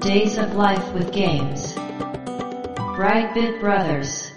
Days of Life with Games. Brightbit Brothers.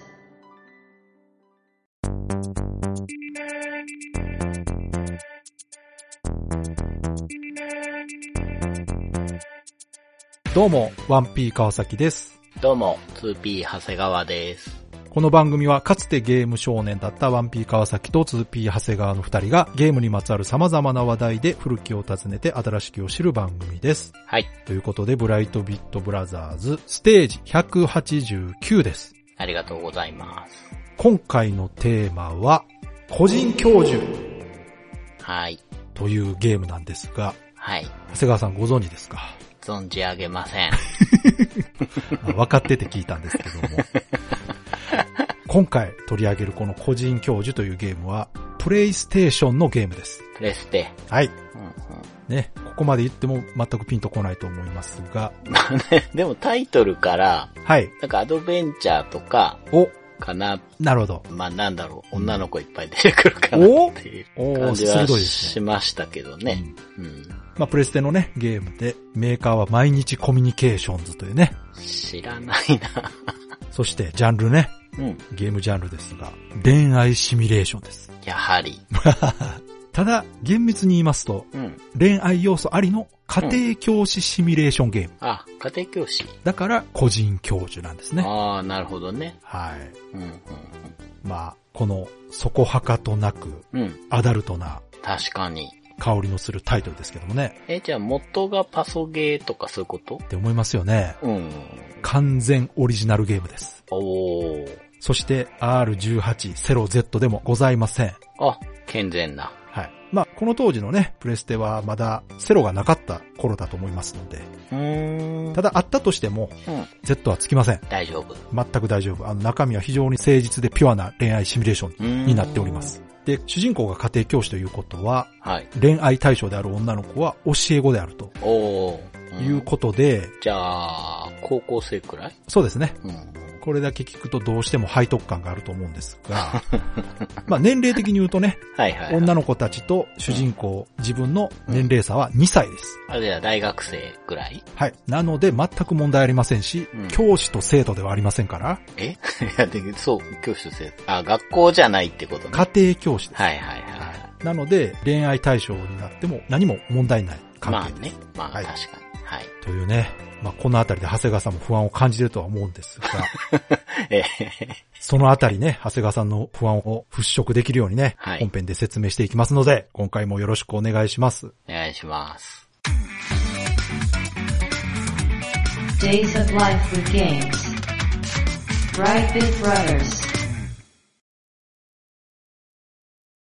どうも、ワンピー川崎です。どうも、2P 長谷川です。この番組はかつてゲーム少年だったワンピー川崎と 2P 長谷川の二人がゲームにまつわる様々な話題で古きを訪ねて新しきを知る番組です。はい、ということで、ブライトビットブラザーズステージ189です。ありがとうございます。今回のテーマは、個人教授はい、というゲームなんですが、はい、長谷川さんご存知ですか存じ上げません。あ分かってて聞いたんですけ ども。今回取り上げるこの個人教授というゲームは、プレイステーションのゲームです。プレステ。はい。うんうんね、ここまで言っても全くピンとこないと思いますが、 でもタイトルから、はい。なんかアドベンチャーとか、お、かな、なるほど。まあなんだろう、女の子いっぱい出てくるかなっていうおー感じ鋭はいですしましたけどね。うん。まあ、プレステのね、ゲームで、メーカーは毎日コミュニケーションズというね、知らないな。そしてジャンルね、うん。ゲームジャンルですが、恋愛シミュレーションです。やはり。ただ、厳密に言いますと、うん。恋愛要素ありの家庭教師シミュレーションゲーム。あ、家庭教師。だから、個人教授なんですね。ああ、なるほどね。はい。うん、うん、まあ、この、底はかとなく、うん。うん。アダルトな確かに。香りのするタイトルですけどもね、え、じゃあ元がパソゲーとかそういうことって思いますよね。うん。完全オリジナルゲームです。おー。そして R18-0Z でもございません。あ、健全な。はい。まあ、この当時のね、プレステはまだセロがなかった頃だと思いますので、うーん。ただあったとしても、うん。 Z はつきません。大丈夫。全く大丈夫。あの中身は非常に誠実でピュアな恋愛シミュレーションにになっておりま。す。で、主人公が家庭教師ということは、はい。恋愛対象である女の子は教え子であるとおー。うんいうことで、じゃあ、高校生くらいそうですね。うん。これだけ聞くとどうしても背徳感があると思うんです が、まあ年齢的に言うとね、はいはい、はい。女の子たちと主人公、自分の年齢差は2歳です。あれだ、大学生くらいはい。なので全く問題ありませんし、うん教師と生徒ではありませんから、え いや、で、そう、教師生。あ、学校じゃないってことね。家庭教師です。はいはいはなので、恋愛対象になっても何も問題ないい。ま関あ係ね。まあ、はい確かに。はい。というね、まあこのあたりで長谷川さんも不安を感じてるとは思うんですが、えそのあたりね、長谷川さんの不安を払拭できるようにね、はい本編で説明していきますので、今回もよろしくお願いします。お願いします。 Days of Life with Games. Brightbit Brothers.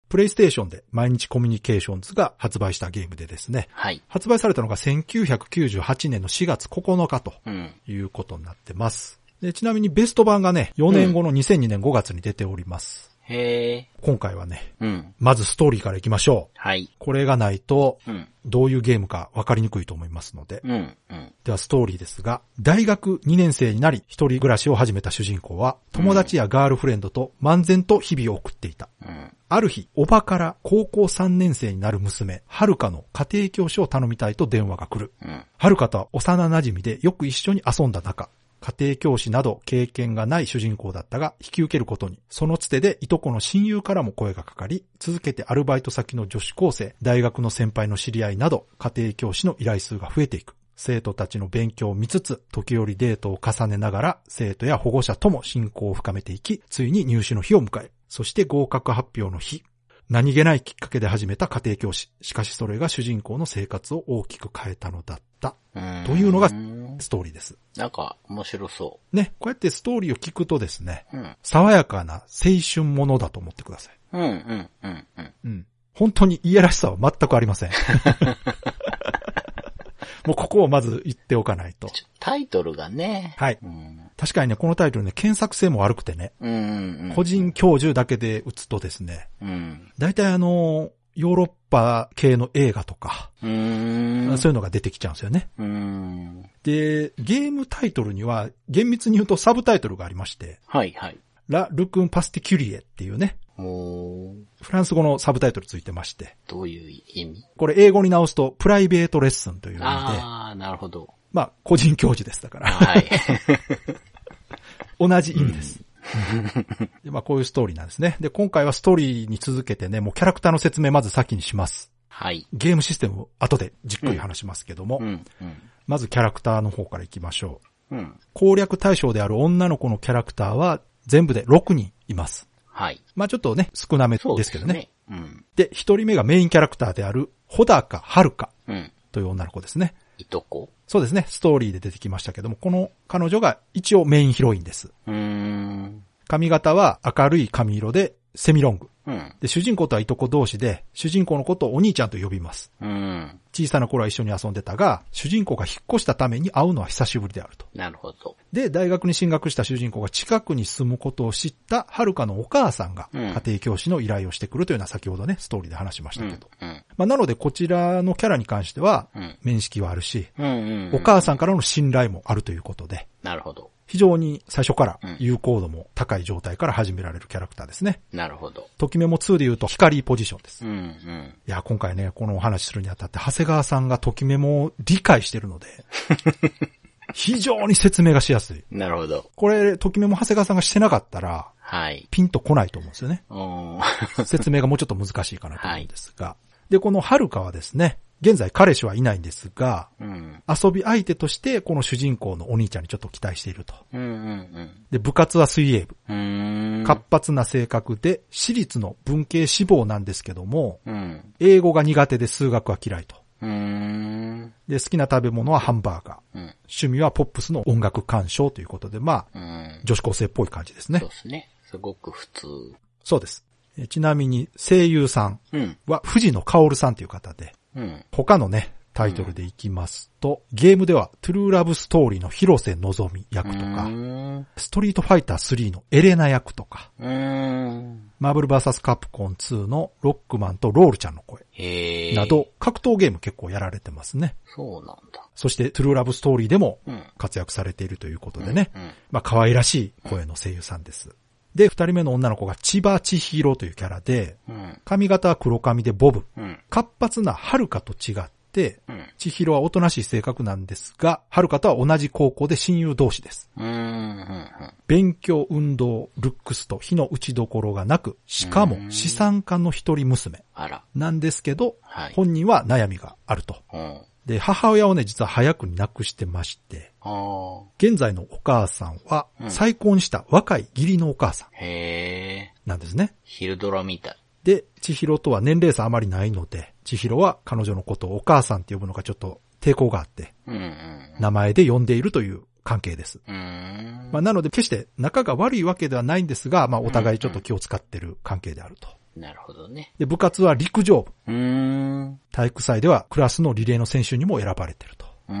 プレイステーションで毎日コミュニケーションズが発売したゲームでですね、はい。発売されたのが1998年の4月9日とうん。いうことになってます。でちなみにベスト版がね、4年後の2002年5月に出ております。へえ。今回はね、うん。まずストーリーから行きましょう。はい。これがないと、うん。どういうゲームか分かりにくいと思いますので、うん。うん。ではストーリーですが、大学2年生になり一人暮らしを始めた主人公は、友達やガールフレンドと漫然と日々を送っていた。うん。ある日、おばから高校3年生になる娘、はるかの家庭教師を頼みたいと電話が来る。うん。はるかとは幼馴染でよく一緒に遊んだ中、家庭教師など経験がない主人公だったが引き受けることに、そのつてでいとこの親友からも声がかかり、続けてアルバイト先の女子高生、大学の先輩の知り合いなど、家庭教師の依頼数が増えていく。生徒たちの勉強を見つつ、時折デートを重ねながら、生徒や保護者とも親交を深めていき、ついに入試の日を迎え、そして合格発表の日、何気ないきっかけで始めた家庭教師。しかしそれが主人公の生活を大きく変えたのだった。うん。というのがんストーリーです。なんか、面白そね、こうやってストーリーを聞くとですね、う。うん。爽やかな青春ものだと思ってください。うん、うん、うん、うん。うん。本当にいやらしさは全くあり ません。もうここをまず言っておかないと。ちょタイトルがね。はい。うん。確かにね、このタイトルね、検索性も悪くてね、うん、うんうん。個人教授だけで打つとですね、うん。大体あの、ヨーロッパ系の映画とか、うーん。そういうのが出てきちゃうんですよね。うーん。で、ゲームタイトルには、厳密に言うとサブタイトルがありまして、はい、はい。ラ・ルクン・パスティキュリエっていうね、おーフランス語のサブタイトルついてまして、どういう意味これ英語に直すとプライベートレッスンという意味で、あー、なるほど。まあ、個人教授です、だから。はい。同じ意味 です。でまあ、こういうストーリーなんですね。で、今回はストーリーに続けてね、もうキャラクターの説明まず先にします。はい。ゲームシステムを後でじっくり話しますけども、うん、うん。まずキャラクターの方から行きましょう。うん。攻略対象である女の子のキャラクターは全部で6人います。はい。まあちょっとね、少なめそうですけどね。。うん。で、1人目がメインキャラクターである、穂高遥香うん。という女の子ですね。いとこ。そうですね、ストーリーで出てきましたけども、この彼女が一応メインヒロインです。うーん。髪型は明るい髪色で、セミロング。うん。で、主人公とはいとこ同士で、主人公のことをお兄ちゃんと呼びます。うん。小さな頃は一緒に遊んでたが、主人公が引っ越したために会うのは久しぶりであると。なるほど。で、大学に進学した主人公が近くに住むことを知った、はるかのお母さんが、うん家庭教師の依頼をしてくるというのは先ほどね、ストーリーで話しましうたけんど。。うん。まあ、なので、こちらのキャラに関しては、うん。面識はあるし、うん。うん。お母さんからの信頼もあるということで、なるほど。非常に最初からうん有効度も高い状態から始められるキャラクターですね。なるほど。ときメモ2で言うと、光ポジションです。うん。うん。いや、今回ね、このお話しするにあたって、長谷川さんがときメモを理解してる ので、非常に説明がしやすい。なるほど。これ、ときメモ長谷川さんがしてなかったら、はい。ピンとこないと思うんですよ ね。うーん。説明がもうちょっと難しいかなと思うんですが。で、この遥かはですね、現在彼氏はいないんですが、うん。遊び相手としてこの主人公のお兄ちゃんにちょっと期待していると。うん。うん。で、部活は水泳部。うん。うーん。活発な性格で、私立の文系志望なんですけども、うん。英語が苦手で数学は嫌いと。うーん。で、好きな食べ物はハンバーガー。うん。趣味はポップスの音楽鑑賞ということで、まあ、うん。女子高生っぽい感じですそね。うですね。すごく普通。そうです。えちなみに、声優さんうん。は藤野薫さんという方で、うん。他のね、タイトルでいきますと、ゲームでは、トゥルーラブストーリーの広瀬のぞみ役とうか、ーん。ストリートファイター3のエレナ役とか、うーん。マーブルバーサスカプコン2のロックマンとロールちゃんの声へえ。な。ど、格闘ゲーム結構やられてますね。そうなんだ。そして、トゥルーラブストーリーでもうん。活躍されているということでね、うん。まあ、可愛らしい声の声優さんです。で、二人目の女の子が千葉千尋というキャラで、うん。髪型は黒髪でボブ。うん。活発な遥かと違って、うん。千尋はおとなしい性格なんですが、遥かとは同じ高校で親友同士です。うーん。勉強、運動、ルックスと火の打ちどころがなく、しかも資産家の一人娘あら。なんですけど、はい。本人は悩みがあると。うん。で、母親をね、実は早くに亡くしてまして、ああ。現在のお母さんはう、ん再婚した若い義理のお母さんへえ。なんですね。昼ドラみたい。で、千尋とは年齢差あまりないので、千尋は彼女のことをお母さんって呼ぶのがちょっと抵抗があって、うん。うん。名前で呼んでいるという関係です。うーん。まあ、なので、決して仲が悪いわけではないんですが、まあ、お互いちょっと気を使ってる関係であると。なるほどね。で、部活は陸上部。うーん。体育祭ではクラスのリレーの選手にも選ばれてると。うー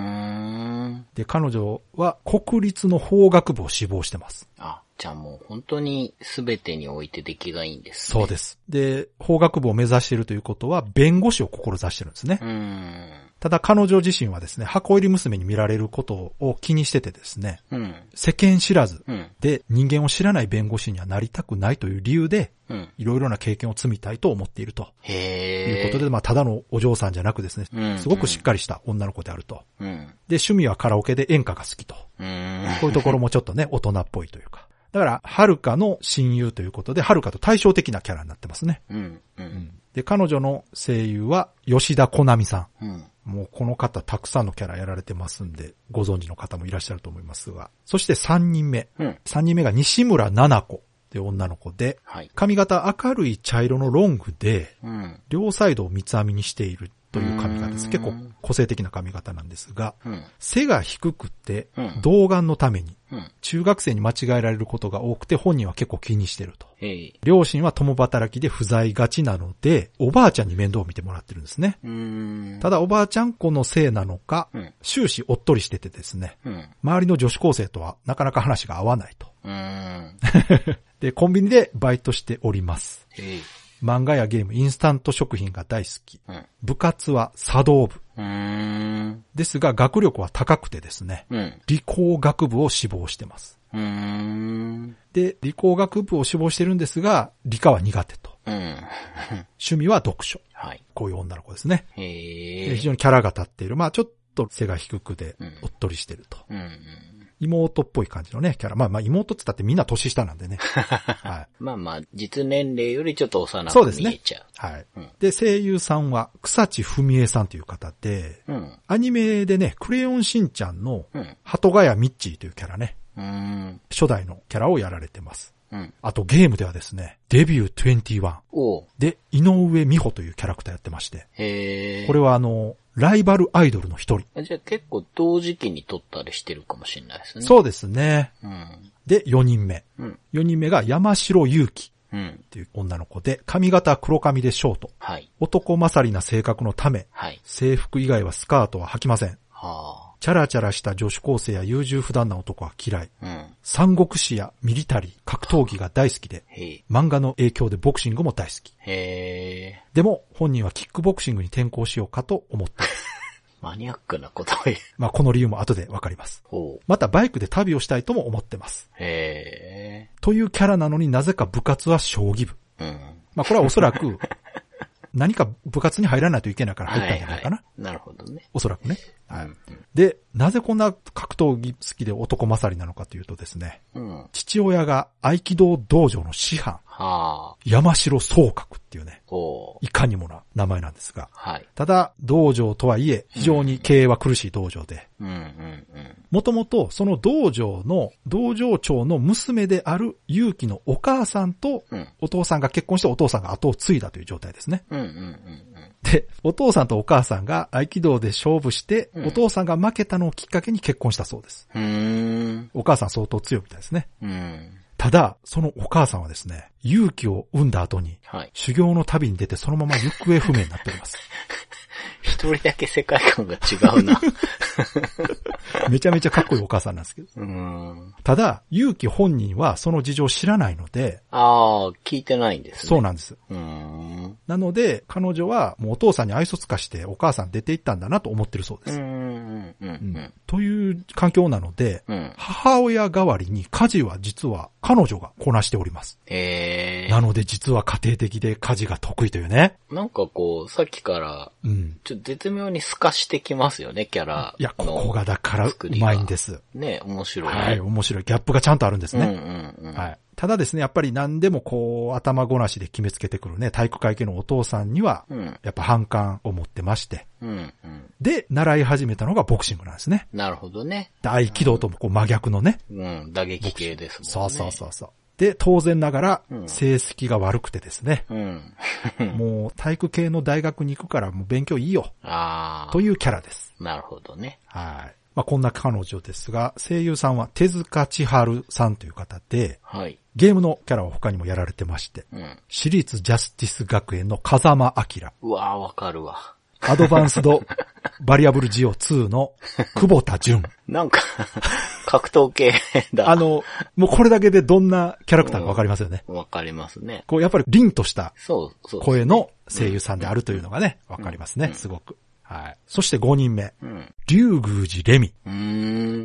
ん。で、彼女は国立の法学部を志望してます。あ、じゃあもう本当に全てにおいて出来がいいんです、そうです。で、法学部を目指しているということは、弁護士を志してるんですねう。ーん。ただ彼女自身はですね、箱入り娘に見られることを気にしててですね、うん。世間知らずうん。で人間を知らない弁護士にはなりたくないという理由で、うん。いろいろな経験を積みたいと思っているといへうえ。ことで、まあただのお嬢さんじゃなくですうね、んすごくしっかりした女の子であると。うん。で、趣味はカラオケで演歌が好きと。うーん。こういうところもちょっとね、大人っぽいというか。だから、はるかの親友ということで、はるかと対照的なキャラになってますね。うん。うん。で、彼女の声優は吉田好みさん。うん。もうこの方たくさんのキャラやられてますんで、ご存知の方もいらっしゃると思いますが。そして3人目。うん。 3人目が西村七子という女の子で、はい。髪型明るい茶色のロングで、うん。両サイドを三つ編みにしているという髪型です。うん結構個性的な髪型なんですが、うん。背が低くてうん、童顔のために、うん。中学生に間違えられることが多くて本人は結構気にしてると。へえ。両親は共働きで不在がちなので、おばあちゃんに面倒を見てもらってるんですね。うーん。ただおばあちゃん子のせいなのか、うん。終始おっとりしててですね、うん。周りの女子高生とはなかなか話が合わないと。うーん。で、コンビニでバイトしております。へえ。漫画やゲーム、インスタント食品が大好き。うん。部活は茶道部。うーん。ですが、学力は高くてですね、うん。理工学部を志望してます。うーん。で、理工学部を志望してるんですが、理科は苦手と。うん。趣味は読書。はい。こういう女の子ですね。へでえ。非常にキャラが立っている。まあちょっと背が低くでうん、おっとりしてると。うんうん。妹っぽい感じのね、キャラ。まあまあ妹っつったってみんな年下なん でね。はまあまあ、実年齢よりちょっと幼そうですくね見えちゃい。はいうん。で、声優さんは草地文江さんという方で、う。うん。アニメでね、クレヨンしんちゃんのうん。鳩ヶ谷ミッチーというキャラね、うん。初代のキャラをやられてます。うん。あとゲームではですね、デビュー21おう。で井上美穂というキャラクターやってまして、へえ。これはあの、ライバルアイドルの一人。じゃあ結構同時期に撮ったりしてるかもしれないですね。う。そうですね。うん。で、4人目。うん。 4人目が山城祐希うん。っていう女の子で、髪型黒髪でショート。はい。男勝りな性格のため、はい。制服以外はスカートは履きません。はチャラチャラした女子高生や優柔不断な男は嫌い。あ。うん。三国志やミリタリー、格闘技が大好きで、へえ。漫画の影響でボクシングも大好き。へえ。でも、本人はキックボクシングに転向しようかと思った。マニアックなことを言う。まあ、この理由も後でわかります。おう。また、バイクで旅をしたいとも思ってます。へというキャラなのになぜか部活は将棋部。え。うん。まあ、これはおそら く、何か部活に入らないといけないから入ったんじゃないかな。ははなるほどね。おそらくね。はい。で、なぜこんな格闘技好きで男勝りなのかというとですね、うん。は父親が合気道道場の師範、あ。山城総閣っていうね、おう。いかにもな名前なんですが、はい。ただ、道場とはいえ、非常に経営は苦しい道場で、うんうんうん。もともとその道場の、道場長の娘である結城のお母さんと、うん。お父さんが結婚してお父さんが後を継いだという状態ですね。うんうんうんで、お父さんとお母さんが合気道で勝負して、うんお父さんが負けたのをきっかけに結婚したそうです。うん。うーん。お母さん相当強いみたいですね。うん。ただ、そのお母さんはですね、勇気を生んだ後に、はい。修行の旅に出てそのまま行方不明になっております。 一人だけ世界観が違うな。めちゃめちゃかっこいいお母さんなんですけど。 うーん。ただ、勇気本人はその事情を知らないので、ああ、聞いてないんですね。そうなんです。うーん。なので、彼女はもうお父さんに愛想つかしてお母さん出て行ったんだなと思ってるそううでんす。うんうんううんんという環境なので、うん。うん。母親代わりに家事は実は彼女がこなしております。えなので実は家庭的で家事が得意というね。ー、なんかこう、さっきから、うん。ちょっと絶妙に透かしてきますよね、キャラの。いや、ここがだからうまいんです。ね、面白い。はい、面白い。ギャップがちゃんとあるんですうんね。うんうん。はい。ただですね、やっぱり何でもこう、頭ごなしで決めつけてくるね、体育会系のお父さんには、うんやっぱ反感を持ってまして。うんうん。で、習い始めたのがボクシングなんですね。なるほどね。で合気道ともこう真逆のね。うん、打撃系ですもんね。そうそうそうそう。で、当然ながらう、ん成績が悪くてですね、う。うん。もう体育系の大学に行くからもう勉強いいよ、ああと、いうキャラです。なるほどね。はい。まあ、こんな彼女ですが、声優さんは手塚千春さんという方で、はい。ゲームのキャラを他にもやられてまして、うん。私立ジャスティス学園の風間明、うわーわかるわ。アドバンスドバリアブル GO2 の久保田純。なんか、 格闘系だ。あ、の、もうこれだけでどんなキャラクターかわかりますよね。わかりますね。こう、やっぱり凛としたそう、そう。声の声優さんであるというのがね、わかりますね、すごく。はい。そして5人目、うん。竜宮寺レミ。うー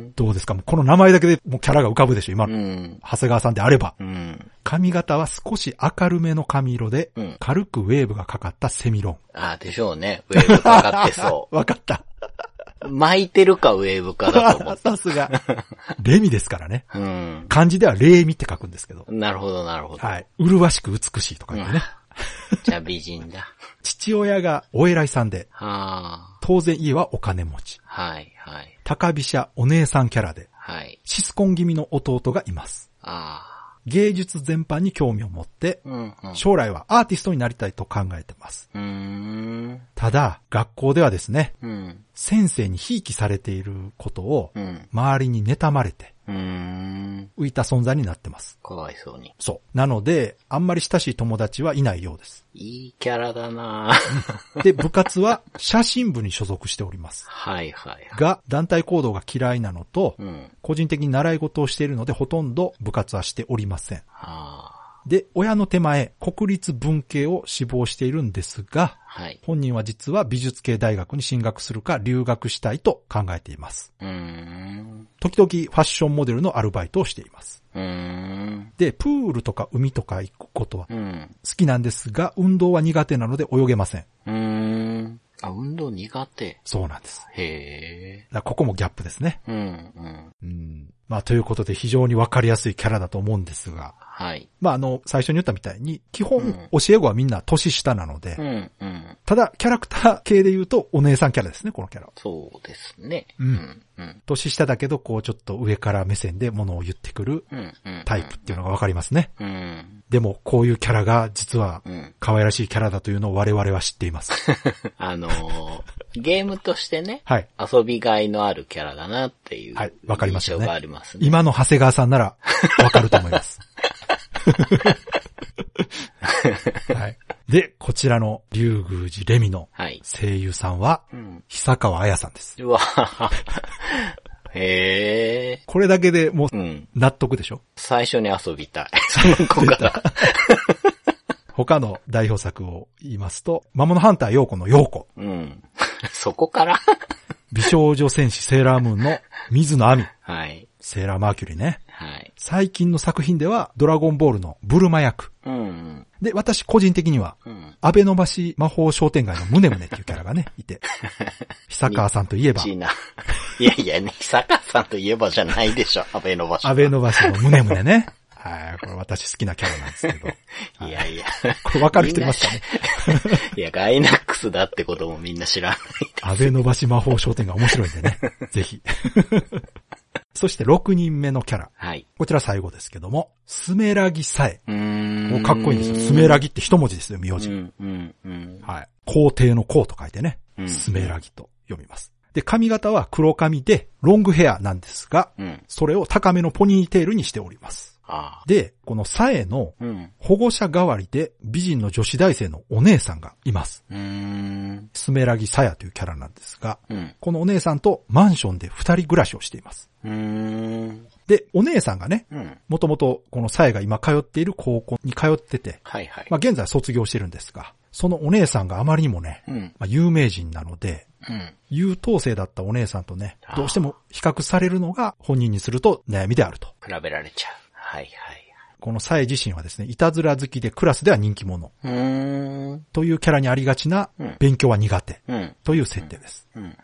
ん。どうですかもうこの名前だけでもうキャラが浮かぶでしょ、今うの。ん。長谷川さんであれば。うん。髪型は少し明るめの髪色でうん、軽くウェーブがかかったセミロン。ああ、でしょうね。ウェーブかかってそう。わかった。 巻いてるかウェーブかだと思 っさすが。レミですからね。た。うん。漢字ではレーミって書くんですけど。なるほど、なるほど。はい。麗しく美しいとかう言んうね。じゃあ美人だ。父親がお偉いさんで、はあ。当然家はお金持ち。はい、はい、高飛車お姉さんキャラで、はい。シスコン気味の弟がいます。あ芸術全般に興味を持ってあ。、うん、うん。将来はアーティストになりたいと考えてます。うーん。ただ、学校ではですね、うん。先生にひいきされていることをう、ん。周りに妬まれて、うーん。浮いた存在になってます。かわいそうに。そう。なので、あんまり親しい友達はいないようです。いいキャラだな で、部活は写真部に所属しております。はいはい。が、団体行動が嫌いなのとう、ん。個人的に習い事をしているので、ほとんど部活はしておりません。はあ。で、親の手前、国立文系を志望しているんですが、はい。本人は実は美術系大学に進学するか留学したいと考えています。うーん。時々ファッションモデルのアルバイトをしています。うーん。で、プールとか海とか行くことはうん。好きなんですが、運動は苦手なので泳げません。うーん。あ、運動苦手。そうなんです。へえ。だからここもギャップですね。うん、うん。うん。まあ、ということで非常にわかりやすいキャラだと思うんですが、はい。まあ、あの、最初に言ったみたいに、基本、うん教え子はみんな年下なので、うん、うん。ただ、キャラクター系で言うと、お姉さんキャラですね、このキャラは。そうですね。ううんん、うん。年下だけど、こう、ちょっと上から目線で物を言ってくるうん、うん。タイプっていうのがわかりますね。うん。でも、こういうキャラが、実は、うん。 可愛らしいキャラだというのを我々は知っています。あのー、ゲームとしてね、はい。遊びがいのあるキャラだなっていう。はいわかりますよね印象がありますね。今の長谷川さんなら、わかると思います。はい。で、こちらの、竜宮寺レミのはい。声優さんは、うん。久川彩さんです。うわへえ。これだけでもううん。納得でしょ最初に遊びた い。その子が。他の代表作を言いますと、魔物ハンター陽子の陽子、 うん。そこから美少女戦士セーラームーンの水野亜美、はい。セーラーマーキュリーね。はい。最近の作品では、ドラゴンボールのブルマ役。うん。で、私個人的には、うん。安倍伸ばし魔法商店街のムネムネっていうキャラが ね、いて。久川さんといえばち、いな。いやいや、ね、久川さんといえばじゃないでしょ。安倍の場所。安倍伸ばしのムネムネ ね。はい、これ私好きなキャラなんですけど。いやいや。これわかる人いますかねいや、ガイナックスだってこともみんな知らない。安倍伸ばし魔法商店が面白いんで ね。ぜひ。 そして6人目のキャラ。はい。こちら最後ですけども、スメラギさえ。うーん。もうかっこいいんですよ。スメラギって一文字ですよ、名う字。ん、うん、うん。はい。皇帝の皇と書いてねう、んスメラギと読みます。で、髪型は黒髪で、ロングヘアなんですが、うん。それを高めのポニーテールにしております。ああ。で、このサエのうん。保護者代わりで美人の女子大生のお姉さんがいます。うーん。スメラギサヤというキャラなんですが、うん。このお姉さんとマンションで二人暮らしをしています。うーん。で、お姉さんがね、うん。もともとこのサエが今通っている高校に通ってて、はいはい。まあ現在卒業してるんですが、そのお姉さんがあまりにもね、うん。まあ有名人なので、うん。優等生だったお姉さんとね、どうしても比較されるのが本人にすると悩みであると。比べられちゃう。はいこのサエ自身はですね、いたずら好きでクラスでは人気者はい。うーん。というキャラにありがちなうん勉強は苦手うん。という設定です。うん。うん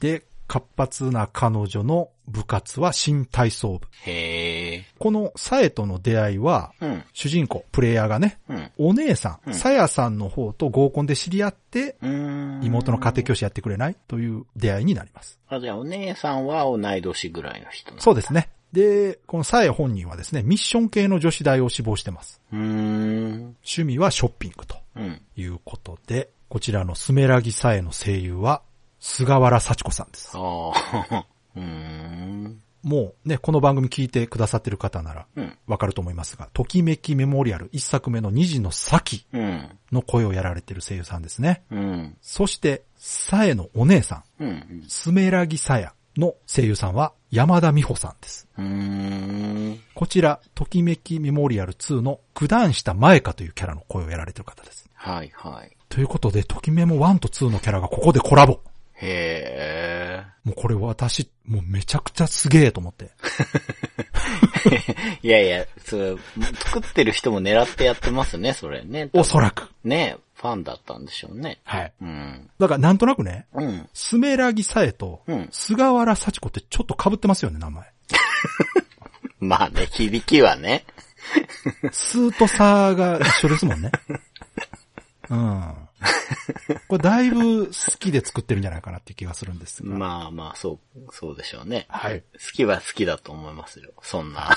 で、活発な彼女の部活は新体操部。へえ。このサエとの出会いは、うん。主人公、プレイヤーがね、うん。お姉さ、うんんさやさんの方と合コンで知り合って、うーん。妹の家庭教師やってくれないという出会いになります。あ、じゃあお姉さんは同い年ぐらいの人なのそうですね。で、このサエ本人はですね、ミッション系の女子大を志望してます。うーん。趣味はショッピングとうん。いうことで、こちらのスメラギサエの声優は、菅原幸子さんです。ああ。うーん。もうね、この番組聞いてくださってる方なら、うん。わかると思いますが、ときめきメモリアル一作目の二時の先うん。の声をやられてる声優さんですね。うん。そして、サエのお姉さん、うん。スメラギサヤの声優さんは山田美穂さんです。うーん。こちら、ときめきメモリアル2の九段下前香というキャラの声をやられてる方です。はいはい。ということで、ときメモ1と2のキャラがここでコラボ。へえ。もうこれ私、もうめちゃくちゃすげえと思 って。いやいや、そう、作ってる人も狙ってやってますね、それね。おそらく。ねファンだったんでしょうね。はい。うん。だからなんとなくね、うん。スメラギサエとうん、菅原幸子ってちょっと被ってますよね、名前。まあね、響きはね。スーとサーが一緒です もんね。うん。これだいぶ好きで作ってるんじゃないかなっていう気がするんですが。まあまあ、そう、そうでしょうね。はい。い好きは好きだと思いますよ。そんな。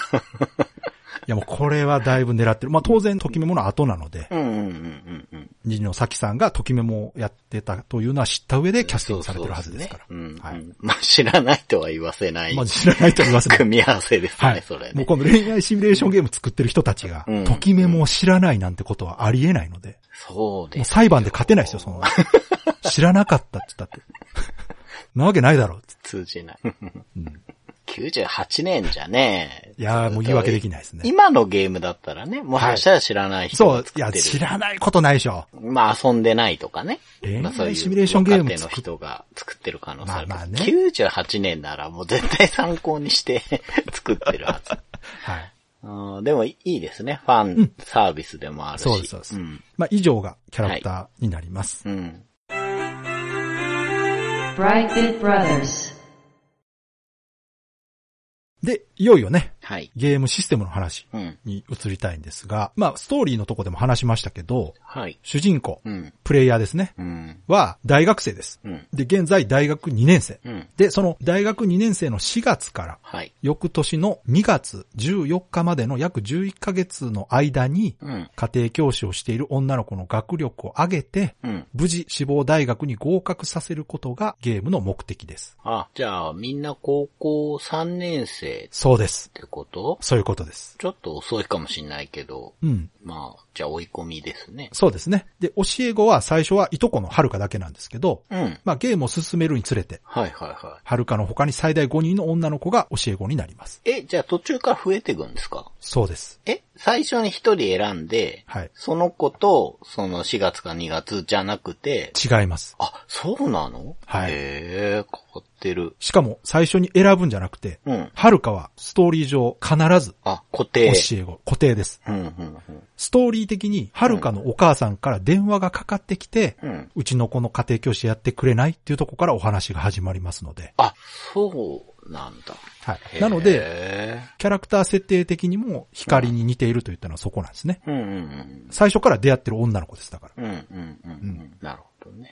やもうこれはだいぶ狙ってる。まあ当然、ときめもの後なのでう、んうんうんうんうん。二の咲さんがときめもをやってたというのは知った上でキャスティングされてるはずですから。そうそうですねはうんうい。ん。まあ知らないとは言わせないまあ知らないとは言わせない。組み合わせですはいね、そもれ。うね。この恋愛シミュレーションゲーム作ってる人たちがう、んときめもを知らないなんてことはありえないので、そうもでうす。裁判で勝てないですよ、その。知らなかったって言 ったって。なわけないだろうっつって、通じない。うん98年じゃねいやーもう言い訳できないですね。今のゲームだったらね、もしかしたら知らない人そがう作っ、いてる。や、知らないことないでしょ。まあ遊んでないとかね。恋まあそうい愛うシミュレーションゲーム若手の作っ人が作ってる可能性ある。ままあまああねね。98年ならもう絶対参考にして 作ってるはず。はい。うんでもいいですね。ファンサービスでもあるし。そうです、そうですん。まあ、以上がキャラクターになります。うん。 Brightbit Brothers. で、いよいよね、はい。ゲームシステムの話うん。に移りたいんですが、まあ、ストーリーのとこでも話しましたけど、はい。主人公、うん。プレイヤーですね、うん。は大学生です。うん。で、現在大学2年生。うん。で、その大学2年生の4月から、はい。翌年の2月14日までの約11ヶ月の間に、うん。家庭教師をしている女の子の学力を上げて、うん。無事志望大学に合格させることがゲームの目的です。あ、じゃあ、みんな高校3年生っそうです。てことそういうことです。ちょっと遅いかもしんないけど、うん。まあ、じゃあ追い込みですね。そうですね。で、教え子は最初はいとこのはるかだけなんですけど、うん。はいまあゲームを進めるにつれて、はいははるかの他に最大5人の女の子が教え子になります。い。え、じゃあ途中から増えていくんですかそうです。え、最初に一人選んで、はい。その子と、その4月か2月じゃなくて、違います。あ、そうなのはいへえ、変わってる。しかも最初に選ぶんじゃなくて、うん。はるかはストーリー上必ずあ、固定。教え子、固定です。うん、うん、うん。ストーリー的にはるかのお母さんから電話がかかってきて、うん。うちの子の家庭教師やってくれないっていうとこからお話が始まりますので。あ、そうなんだ。はい。へーなので、、キャラクター設定的にも光に似ていると言ったのはそこなんですね。うん、うん、最初から出会ってる女の子です、だから。うん。うん、うん、うんうん。なるほどね。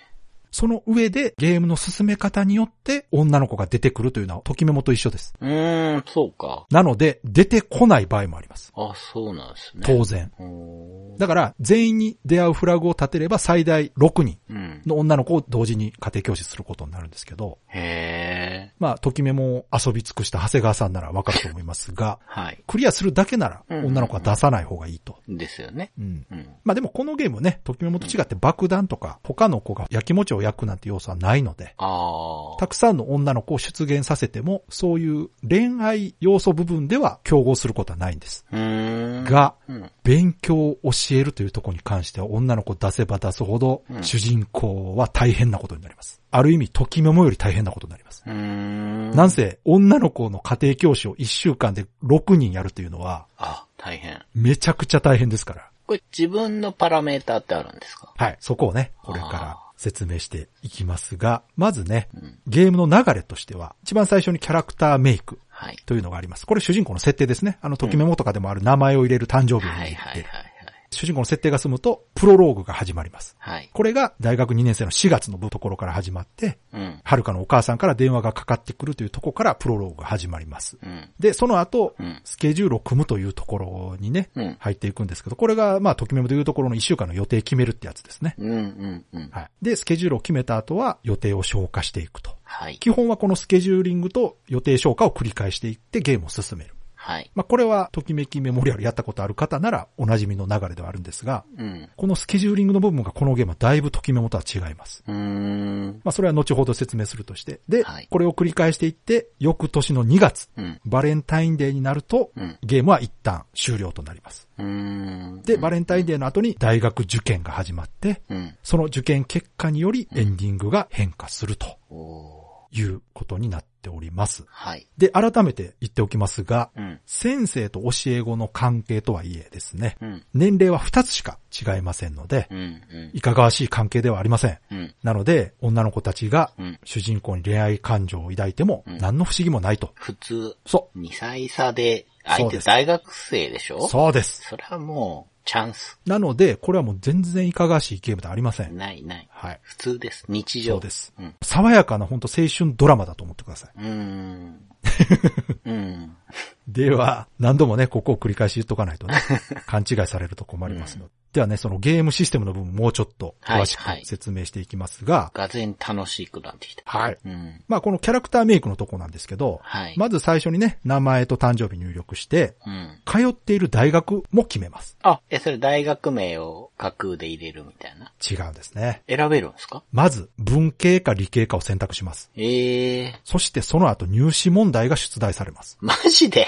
その上でゲームの進め方によって女の子が出てくるというのは、ときメモと一緒です。うーん、そうか。なので、出てこない場合もあります。あ、そうなんですね。当然。おーだから、全員に出会うフラグを立てれば最大6人うん。の女の子を同時に家庭教師することになるんですけど、へえ。まあ、ときメモを遊び尽くした長谷川さんならわかると思います が、はい。クリアするだけならうん女の子は出さない方がいいと。ですよね。うん。うん。まあでもこのゲームね、ときめもと違って爆弾とか他の子が焼きもちを焼くなんて要素はないので、ああ。たくさんの女の子を出現させても、そういう恋愛要素部分では競合することはないんです。うーん。、が、うん。勉強を教えるというところに関しては女の子を出せば出すほど、うん主人公は大変なことになります。ある意味、ときめもより大変なことになります。うーん。なんせ、女の子の家庭教師を1週間で6人やるというのは、あ、大変。めちゃくちゃ大変ですから。これ自分のパラメーターってあるんですかはい。そこをね、これから説明していきますが、まずね、うん。ゲームの流れとしては、一番最初にキャラクターメイクはい。というのがあります。これ主人公の設定ですね。あの、ときメモとかでもある名前を入れる誕生日を握っはいはいはいて、はい。主人公の設定が済むと、プロローグが始まります。はい。これが大学2年生の4月のところから始まって、うん。はるかのお母さんから電話がかかってくるというところからプロローグが始まります。うん。で、その後、うん。スケジュールを組むというところにね、うん。入っていくんですけど、これが、まあ、ときメモでいうところの1週間の予定決めるってやつですね。うんうんうん。はい。で、スケジュールを決めた後は予定を消化していくと。はい。基本はこのスケジューリングと予定消化を繰り返していってゲームを進める。はい。まあ、これは、ときめきメモリアルやったことある方ならお馴染みの流れではあるんですが、うん。このスケジューリングの部分がこのゲームはだいぶときメモとは違います。うーん。まあ、それは後ほど説明するとして。で、はいこれを繰り返していって、翌年の2月、うん。バレンタインデーになると、うん。ゲームは一旦終了となります。うーん。で、バレンタインデーの後に大学受験が始まって、うん。その受験結果によりエンディングが変化するとおー。いうことになっております。はい。で、改めて言っておきますが、うん。先生と教え子の関係とはいえですね、うん。年齢は2つしか違いませんのでう、ん。うん。いかがわしい関係ではありません。うん。なので、女の子たちがうん。主人公に恋愛感情を抱いても、うん何の不思議もないと。普通、そ2歳差で、そ相うで手す大学生でしょう。そうです。それはもう、チャンス。なので、これはもう全然いかがわしいゲームではありません。ないない。はい。普通です。日常。そうで。す。うん。爽やかな本当青春ドラマだと思ってください。うーん。 うん。では、何度もね、ここを繰り返し言っとかない とね、勘違いされると困りますので。ではね、そのゲームシステムの部分もうちょっと詳しくはいはい説明していきますが、がぜん楽しくなってきた。はい。うん。まあこのキャラクターメイクのとこなんですけど、はい。まず最初にね、名前と誕生日入力して、うん。通っている大学も決めます。あ、え、それ大学名を架空で入れるみたいな。違うんですね。選べるんですかまず、文系か理系かを選択します。ええそしてその後入試問題が出題されます。マジで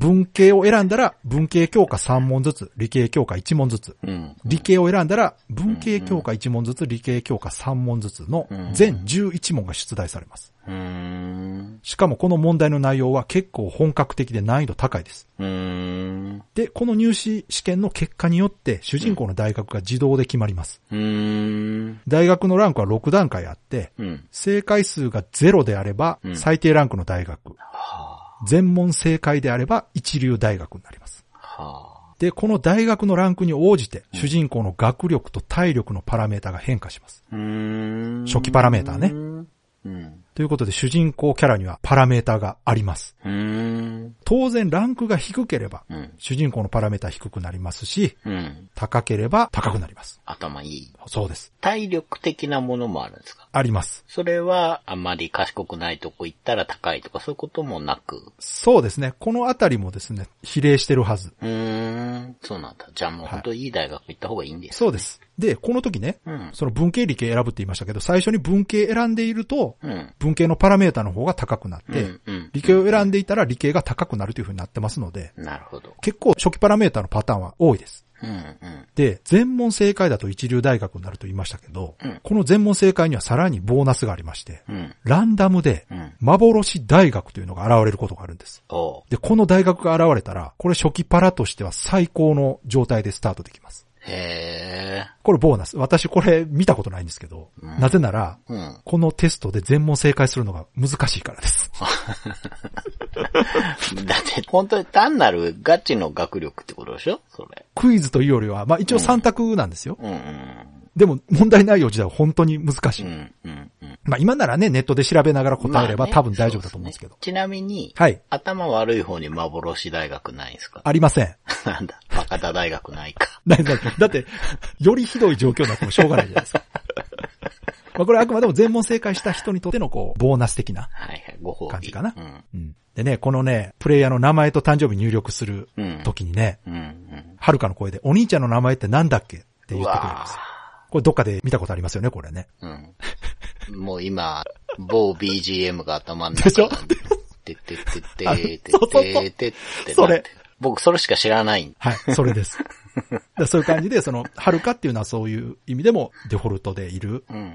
文系を選んだら、文系教科3問ずつ、理系教科1問ずつ。うん。理系を選んだら、文系教科1問ずつ、理系教科3問ずつのうん全11問が出題されます。うーん。しかもこの問題の内容は結構本格的で難易度高いです。うーん。で、この入試試験の結果によって主人公の大学が自動で決まります。うーん。大学のランクは6段階あって、うん。正解数が0であればうん最低ランクの大学、は全問正解であれば一流大学になります。あ。はで、この大学のランクに応じて主人公の学力と体力のパラメータが変化します。あ。うーん。初期パラメータねうん。うん。ということで主人公キャラにはパラメータがあります。うーん。当然ランクが低ければうん。主人公のパラメータ低くなりますし、うん。高ければ高くなります。頭いい。そうです。体力的なものもあるんですかあります。それは、あんまり賢くないとこ行ったら高いとか、そういうこともなく。そうですね。このあたりもですね、比例してるはず。うーん。そうなんだ。じゃあもう本当いい大学行った方がいいんです。そうです。で、この時ね、うん。その文系理系選ぶって言いましたけど、最初に文系選んでいると、うん。文系のパラメータの方が高くなっうてん、。うん。理系を選んでいたら理系が高くなるという風になってますので、なるほど。結構初期パラメータのパターンは多いです。うん。うん。で、全問正解だと一流大学になると言いましたけどうん、この全問正解にはさらにボーナスがありまして、うん。ランダムでうん。幻大学というのが現れることがあるんです。おうで、この大学が現れたら、これ初期パラとしては最高の状態でスタートできます。へえ。これボーナス。私これ見たことないんですけど、うんなぜなら、うん。このテストで全問正解するのが難しいからです。だって、本当に単なるガチの学力ってことでしょそれ。クイズというよりは、まあ一応3択なんですよ。うん。でも問題内容自体は本当に難しうい。ん。うん。うん。まあ今ならね、ネットで調べながら答えればまあね多分大丈夫だと思うんですけど。そちなみに、はい。頭悪い方に幻大学ないんで すかありません。なんだ、バカだ大学ないか。ないないだって、よりひどい状況になってもしょうがないじゃないですか。 まあこれはあくまでも全問正解した人にとってのこう、ボーナス的な。はいはい、ご褒美。感じかなうん。うん。でね、このね、プレイヤーの名前と誕生日入力するうん。時にね、うん。うん。はるかの声で、お兄ちゃんの名前ってなんだっけって言ってくるんわですよ。これどっかで見たことありますよね、これね。うん。もう今、某 BGM が頭ので中しょてってってってあてそうそうそうてってって。それ。僕それしか知らないん。はい、それ です。だからそういう感じで、その、はるかっていうのはそういう意味でもデフォルトでいるうんうんう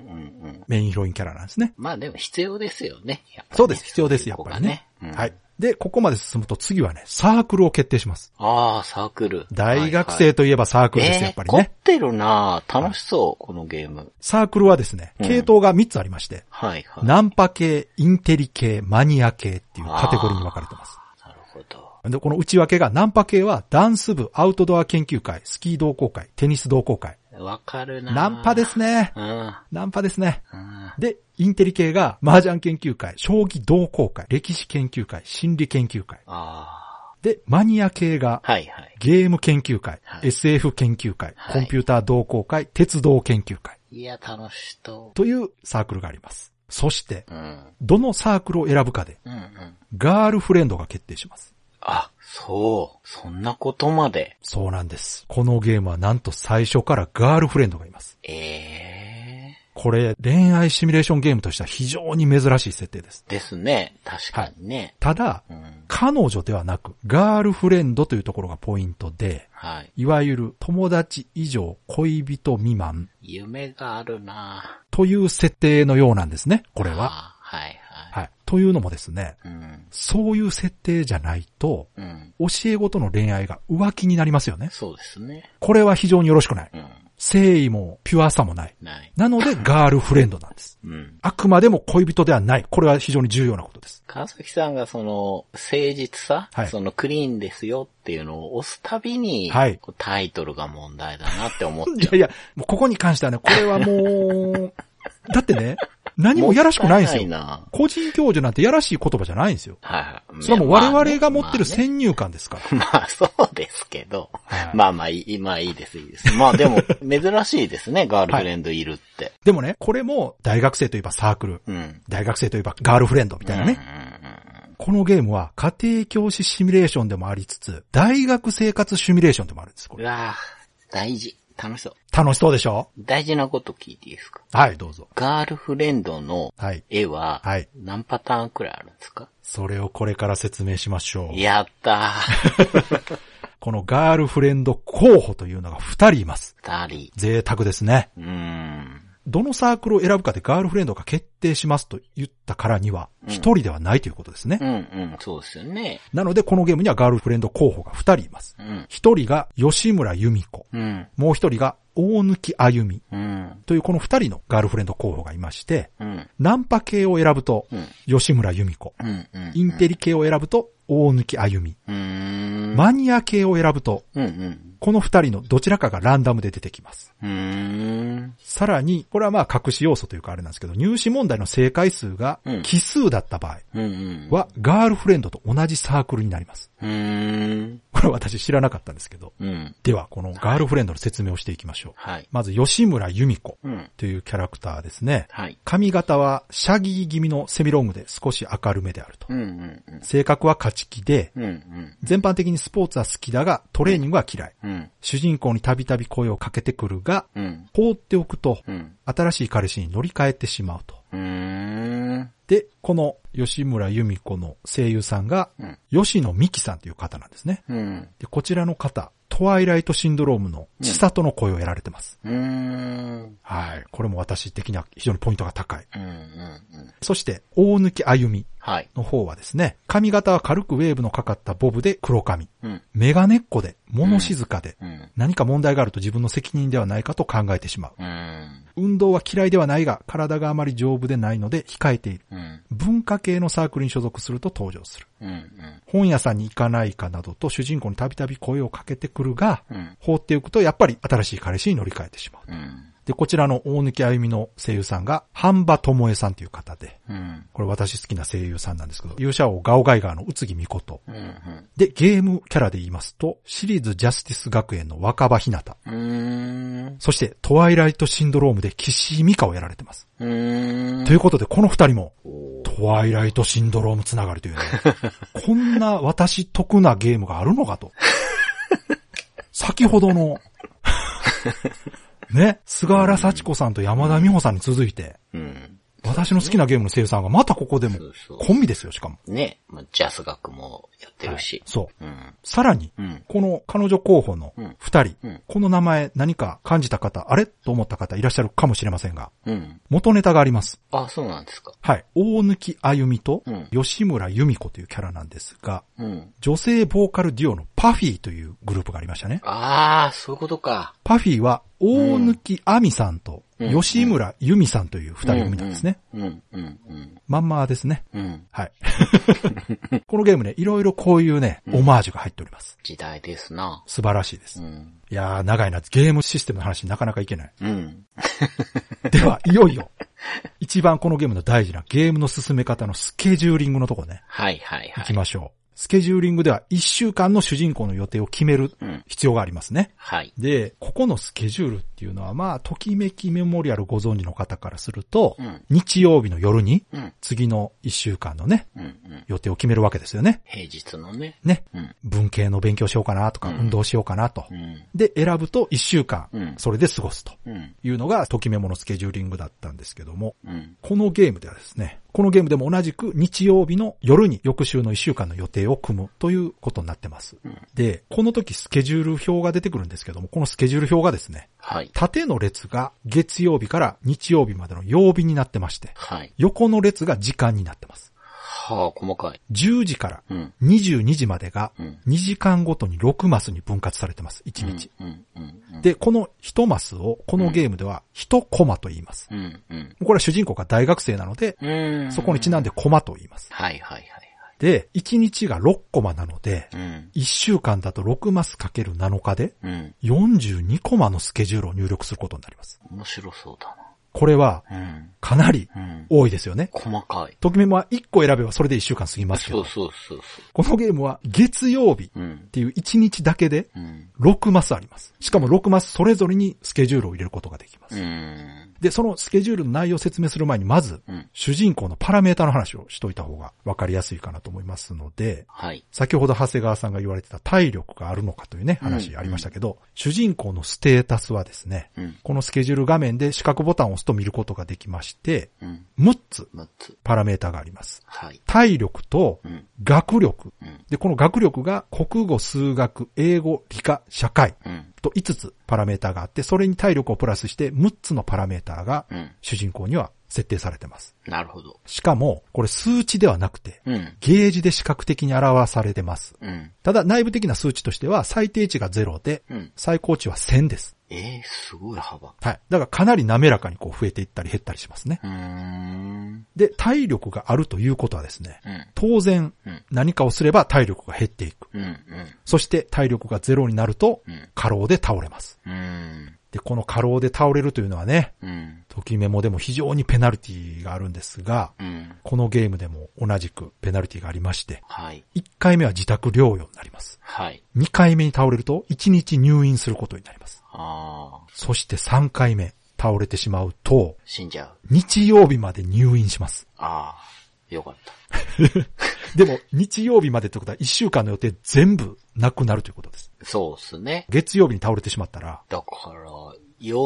ん。メインヒロインキャラなんですね。まあでも必要ですよね。やっぱりねそうです、必要です、やっぱりね。そういう子がはねい。で、ここまで進むと次はね、サークルを決定します。ああ、サークル。大学はい生といえばサークルはいです、えやっぱーり凝っね。てるなぁ楽しそう、このゲーム。サークルはですね、うん系統が3つありまして、はいはい。なナンパ系、インテリ系、マニア系っていうカテゴリーに分かれてます。るほど。で、この内訳が、ナンパ系はダンス部、アウトドア研究会、スキー同好会、テニス同好会。わかるなぁナンパで。すね。うん。ナンパですね。うんで、インテリ系が、麻雀研究会、将棋同好会、歴史研究会、心理研究会。あで、マニア系があ。、はいはい。ゲーム研究会、はい SF 研究会、はいコンピューター同好会、鉄道研究会。いや、楽しそというサークルがあります。そして、う。うん。どのサークルを選ぶかで、うんうん。ガールフレンドが決定します。あ、そう。そんなことまで。そうなんです。このゲームはなんと最初からガールフレンドがいます。ええこれ、恋愛シミュレーションゲームとしては非常に珍しい設定です。ー。ですね。確かにね。ただ、うん。彼女ではなく、ガールフレンドというところがポイントで、はい。いわゆる友達以上恋人未満夢があるなぁという設定のようなんですね、これは。あーはいはい。はい。というのもですね、うん。そういう設定じゃないと、うん。教え子との恋愛が浮気になりますよね。そうですね。これは非常によろしくない。うん。誠意もピュアさもない。ない。な ので、ガールフレンドなんです。うん。あくまでも恋人ではない。これは非常に重要なことです。川崎さんがその、誠実さ、はいそのクリーンですよっていうのを押すたびに、はいこうタイトルが問題だなって思っいちゃやいや、もうここに関してはね、これは もう、だってね、何う。もやらしくないんですもよった。な個人教授なんてやらしい言葉じゃないんですよ。はいはい。それはもう我々が持ってるまあね先入観ですから。まあそうですけどは。いまあまあいい、まあいいです、いいです。まあでも、珍しいですね、ガールフレンドいるって。でもね、これも大学生といえばサークル、うん。大学生といえばガールフレンドみたいなね。このゲームは家庭教師シミュレーションでもありつつ、大学生活シミュレーションでもあるんです。こうれわぁ、大事。楽しそう。楽しそうでしょ大事なこと聞いていいですかはい、どうぞ。ガールフレンドのはい。絵ははい、何パターンくらいあるんですか、それをこれから説明しましょう。やったー。このガールフレンド候補というのが2人います。二人。贅沢ですね。うーん。どのサークルを選ぶかでガールフレンドが決定しますと言ったからには、うん一人ではないということですね。うんうん、そうですよね。なので、このゲームにはガールフレンド候補が二人います。うん。一人が吉村由美子。うん。もう一人が大貫あゆみ。うん。というこの二人のガールフレンド候補がいまして、うん。ナンパ系を選ぶとうん。吉村由美子。うん。うん。インテリ系を選ぶと大貫あゆみ。うーん。マニア系を選ぶと、うんうん。この二人のどちらかがランダムで出てきます。うーん。さらに、これはまあ隠し要素というかあれなんですけど、入試問題の正解数がうん奇数だった場合うんうん。は、ガールフレンドと同じサークルになります。うーん。これ私知らなかったんですけど。うん。では、このガールフレンドの説明をしていきましょう。はい。まず、吉村由美子うん。というキャラクターですね。はい。髪型はシャギー気味のセミロングで少し明るめであるとう。んうんうん。性格は勝ち気で、うんうん。全般的にスポーツは好きだが、トレーニングは嫌い。うん。主人公にたびたび声をかけてくるが、うん。放っておくと、うん。新しい彼氏に乗り換えてしまうと。うーん。で、この吉村由美子の声優さんが、うん吉野美希さんという方なんですね。うん。で、こちらの方、トワイライトシンドロームの千里の声をやられてます。うーん。はい。これも私的には非常にポイントが高い。うんうんうん。そして、大貫あゆみはい。の方はですね、髪型は軽くウェーブのかかったボブで黒髪。うん。メガネっ子で、物静かで、うん。何か問題があると自分の責任ではないかと考えてしまう。うん。運動は嫌いではないが、体があまり丈夫でないので控えている。うん。文化系のサークルに所属すると登場する。うん。うん。本屋さんに行かないかなどと主人公にたびたび声をかけてくるが、うん。放っておくとやっぱり新しい彼氏に乗り換えてしまう。うん。で、こちらの大貫あゆみの声優さんが、半場智恵さんという方で、うん。これ私好きな声優さんなんですけど、勇者王ガオガイガーの宇津木美琴。うん。で、ゲームキャラで言いますと、シリーズジャスティス学園の若葉ひなた。うん。そして、トワイライトシンドロームで岸井美香をやられてます。うん。ということで、この二人も、おートワイライトシンドロームつながり というね、こんな私得なゲームがあるのかと。先ほど の、ね、菅原幸子さんと山田美穂さんに続いて、うん。私の好きなゲームの声優さんがまたここでもそう、そう。コンビですよ、しかも。ね、まあ、ジャス学もやってるし。そう。うん。さらに、うん。この彼女候補の二人、うんうんこの名前何か感じた方、あれと思った方いらっしゃるかもしれませんが、うん。元ネタがあります。あ、そうなんですか。はい。大貫あゆみとうん、吉村由美子というキャラなんですが、うん。女性ボーカルデュオのパフィーというグループがありましたね。ああ、そういうことか。パフィーは、大貫あみさんと、うん吉村由美さんという二人組なんですね。うん、うん、うん、まんまですね。うん。はい。 このゲームね、いろいろこういうね、オマージュが入っております。時代ですな。素晴らしいですう。ん。いやー、長いな。ゲームシステムの話なかなかいけない。うん。で は、いよいよ、一番このゲームの大事なゲームの進め方のスケジューリングのとこね、はい、はい、は行きい。ましょう。スケジューリングでは1週間の主人公の予定を決めるうん。必要がありますね。はい。で、ここのスケジュールっていうのは、まあ、ときめきメモリアルご存知の方からするとう、ん、日曜日の夜に、うん、次の1週間のね、うん、うん。予定を決めるわけですよね。平日のね。ね。うん、文系の勉強しようかなとか、うん運動しようかなとう。ん、で、選ぶと1週間うん、それで過ごすとうん、いうのが、ときメモのスケジューリングだったんですけども、うん、このゲームではですね、このゲームでも同じく日曜日の夜に翌週の1週間の予定を組むということになってます。うん。で、この時スケジュール表が出てくるんですけども、このスケジュール表がですね、はい。縦の列が月曜日から日曜日までの曜日になってまして、はい。横の列が時間になってます。はあ、細かい。 10時からうん、 22時までがうん、 2時間ごとに6マスに分割されてます、1日。うん、うん、うん。で、この1マスをこのゲームでは1コマと言います。うん、うん。これは主人公が大学生なので、うん。そこにちなんでコマと言います。はい、はい、はい。で、1日が6コマなので、うん、 1週間だと6マスかける7日で、うん。 42コマのスケジュールを入力することになります。面白そうだこれは、な。うん、かなりうん。多いですよね。細かい。ときめもは1個選べばそれで1週間過ぎますけそうど、そうそうそこのゲームは月曜日っう。うん、ていう1日だけでうん、 6マスあります。しかも6マスそれぞれにスケジュールを入れることができまうす。ん。で、そのスケジュールの内容を説明する前に、まずうん、主人公のパラメータの話をしといた方がわかりやすいかなと思いますので、はい。先ほど長谷川さんが言われてた体力があるのかというね、話ありましたけど、主人公のステータスはですね、うん、このスケジュール画面で四角ボタンを押すと見ることができまして、うん。 6つ6つ。パラメータがあります。はい。体力とうん、学力。うん、で、この学力が国語、数学、英語、理科、社会うん、と5つパラメーターがあって、それに体力をプラスして6つのパラメーターがうん。主人公には設定されてます。なるほど。しかも、これ数値ではなくて、うん。ゲージで視覚的に表されてます。うん。ただ内部的な数値としては最低値が0で、うん。最高値は1000です。えー、すごい幅。はい。だからかなり滑らかにこう増えていったり減ったりしますね。うーん。で、体力があるということはですね、うん。当然うん何かをすれば体力が減っていく。うん。そして体力がゼロになるとうん過労で倒れます。うん。うん。で、この過労で倒れるというのはね、うん。時メモでも非常にペナルティがあるんですが、うん。このゲームでも同じくペナルティがありまして、はい。 1回目は自宅療養になります。はい。 2回目に倒れると1日入院することになります。ああ、そして3回目倒れてしまうと、死んじゃう。日曜日まで入院します。ああ、よかった。でも日曜日までってことは1週間の予定全部なくなるということです。そうっすね。月曜日に倒れてしまったら、だから、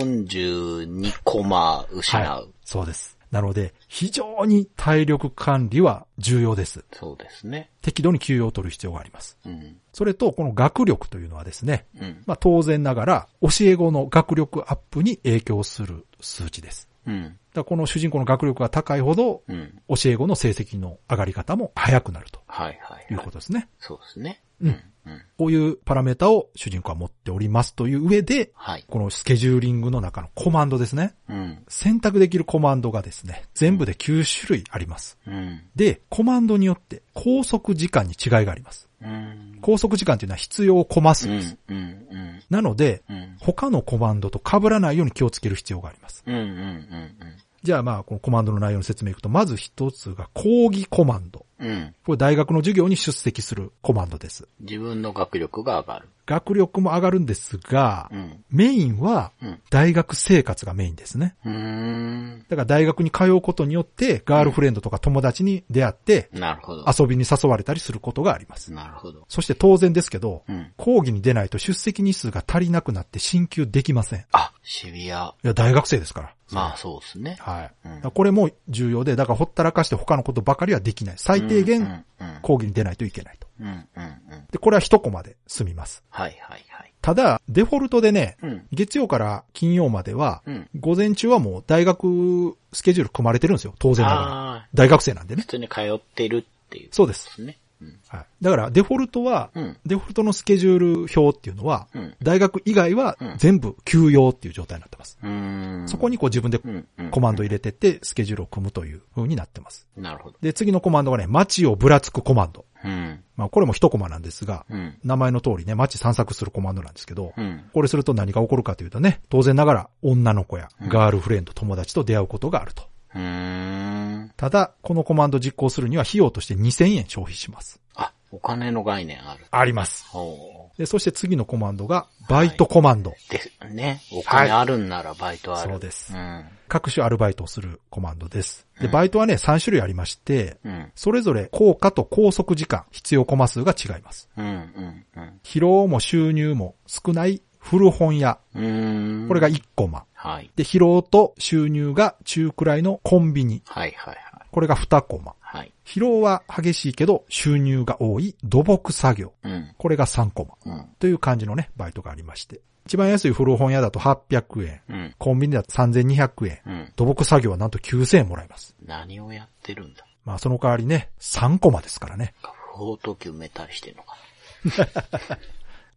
42コマ失う。はい。そうです。なので、非常に体力管理は重要です。そうですね。適度に休養を取る必要があります。うん。それと、この学力というのはですね、うん。まあ当然ながら、教え子の学力アップに影響する数値です。うん。だからこの主人公の学力が高いほど、うん。教え子の成績の上がり方も早くなるとはいはい、いうはいこ。とですね。そうですね。うんうん。こういうパラメータを主人公は持っておりますという上で、はい。このスケジューリングの中のコマンドですね。うん。選択できるコマンドがですね、全部で9種類あります。うん。で、コマンドによって拘束時間に違いがあります。うん。拘束時間というのは必要をこますうんんです。。うん。うん。なので、うん。他のコマンドと被らないように気をつける必要があります。うん。うん。うん。じゃあまあ、このコマンドの内容の説明いくと、まず一つが講義コマンド。うん。これ大学の授業に出席するコマンドです。自分の学力が上がる。学力も上がるんですがう、ん。メインはうん。大学生活がメインですね。うーん。だから大学に通うことによって、ガールフレンドとか友達に出会って、なるほど。遊びに誘われたりすることがあります。なるほど。そして当然ですけど、うん。講義に出ないと出席日数が足りなくなって進級できません。いあ、シビア。や、大学生ですから。まあそうですね。はい。うんだからこれも重要で、だからほったらかして他のことばかりはできない。最低限、うん。うん。講義に出ないといけないと。うん。うん。うん。で、これは一コマで済みます。はいはいはい。ただ、デフォルトでね、うん。月曜から金曜までは、うん。午前中はもう大学スケジュール組まれてるんですよ。当然ながら。ああ、大学生なんで普ね。通に通ってるっていうこそうですと。ですね。うん。はい。だから、デフォルトは、うんデフォルトのスケジュール表っていうのは、うん大学以外はうん全部休養っていう状態になってます。うーん。そこにこう自分でうん、うん。コマンド入れてって、スケジュールを組むという風になってます。なるほど。で、次のコマンドがね、街をぶらつくコマンド。うん。まあ、これも一コマなんですが、うん。名前の通りね、街散策するコマンドなんですけど、うん。これすると何が起こるかというとね、当然ながら女の子やうんガールフレンド、友達と出会うことがあると。うーん。ただ、このコマンド実行するには費用として2000円消費します。あ、お金の概念ある。あります。ほで、そして次のコマンドが、バイトコマンド。う。ですね。お金あるんならバイトある。そうですうん。各種アルバイトをするコマンドです。で、うんバイトはね、3種類ありまして、うん。それぞれ効果と拘束時間、必要コマ数が違います。うん。うん。うん疲労も収入も少ない古本屋。。うーんこれが。1コマ。はい。で、疲労と収入が中くらいのコンビニ。はいはいこれが2コマ。はい。はい。疲労は激しいけど収入が多い土木作業。うん。これが3コマ。うん。という感じのね、バイトがありまして。一番安い古本屋だと800円。うん。コンビニだと3200円。うん。土木作業はなんと9000円もらいます。何をやってるんだまあその代わりね、3コマですからね。不法投球埋めたりしてるのか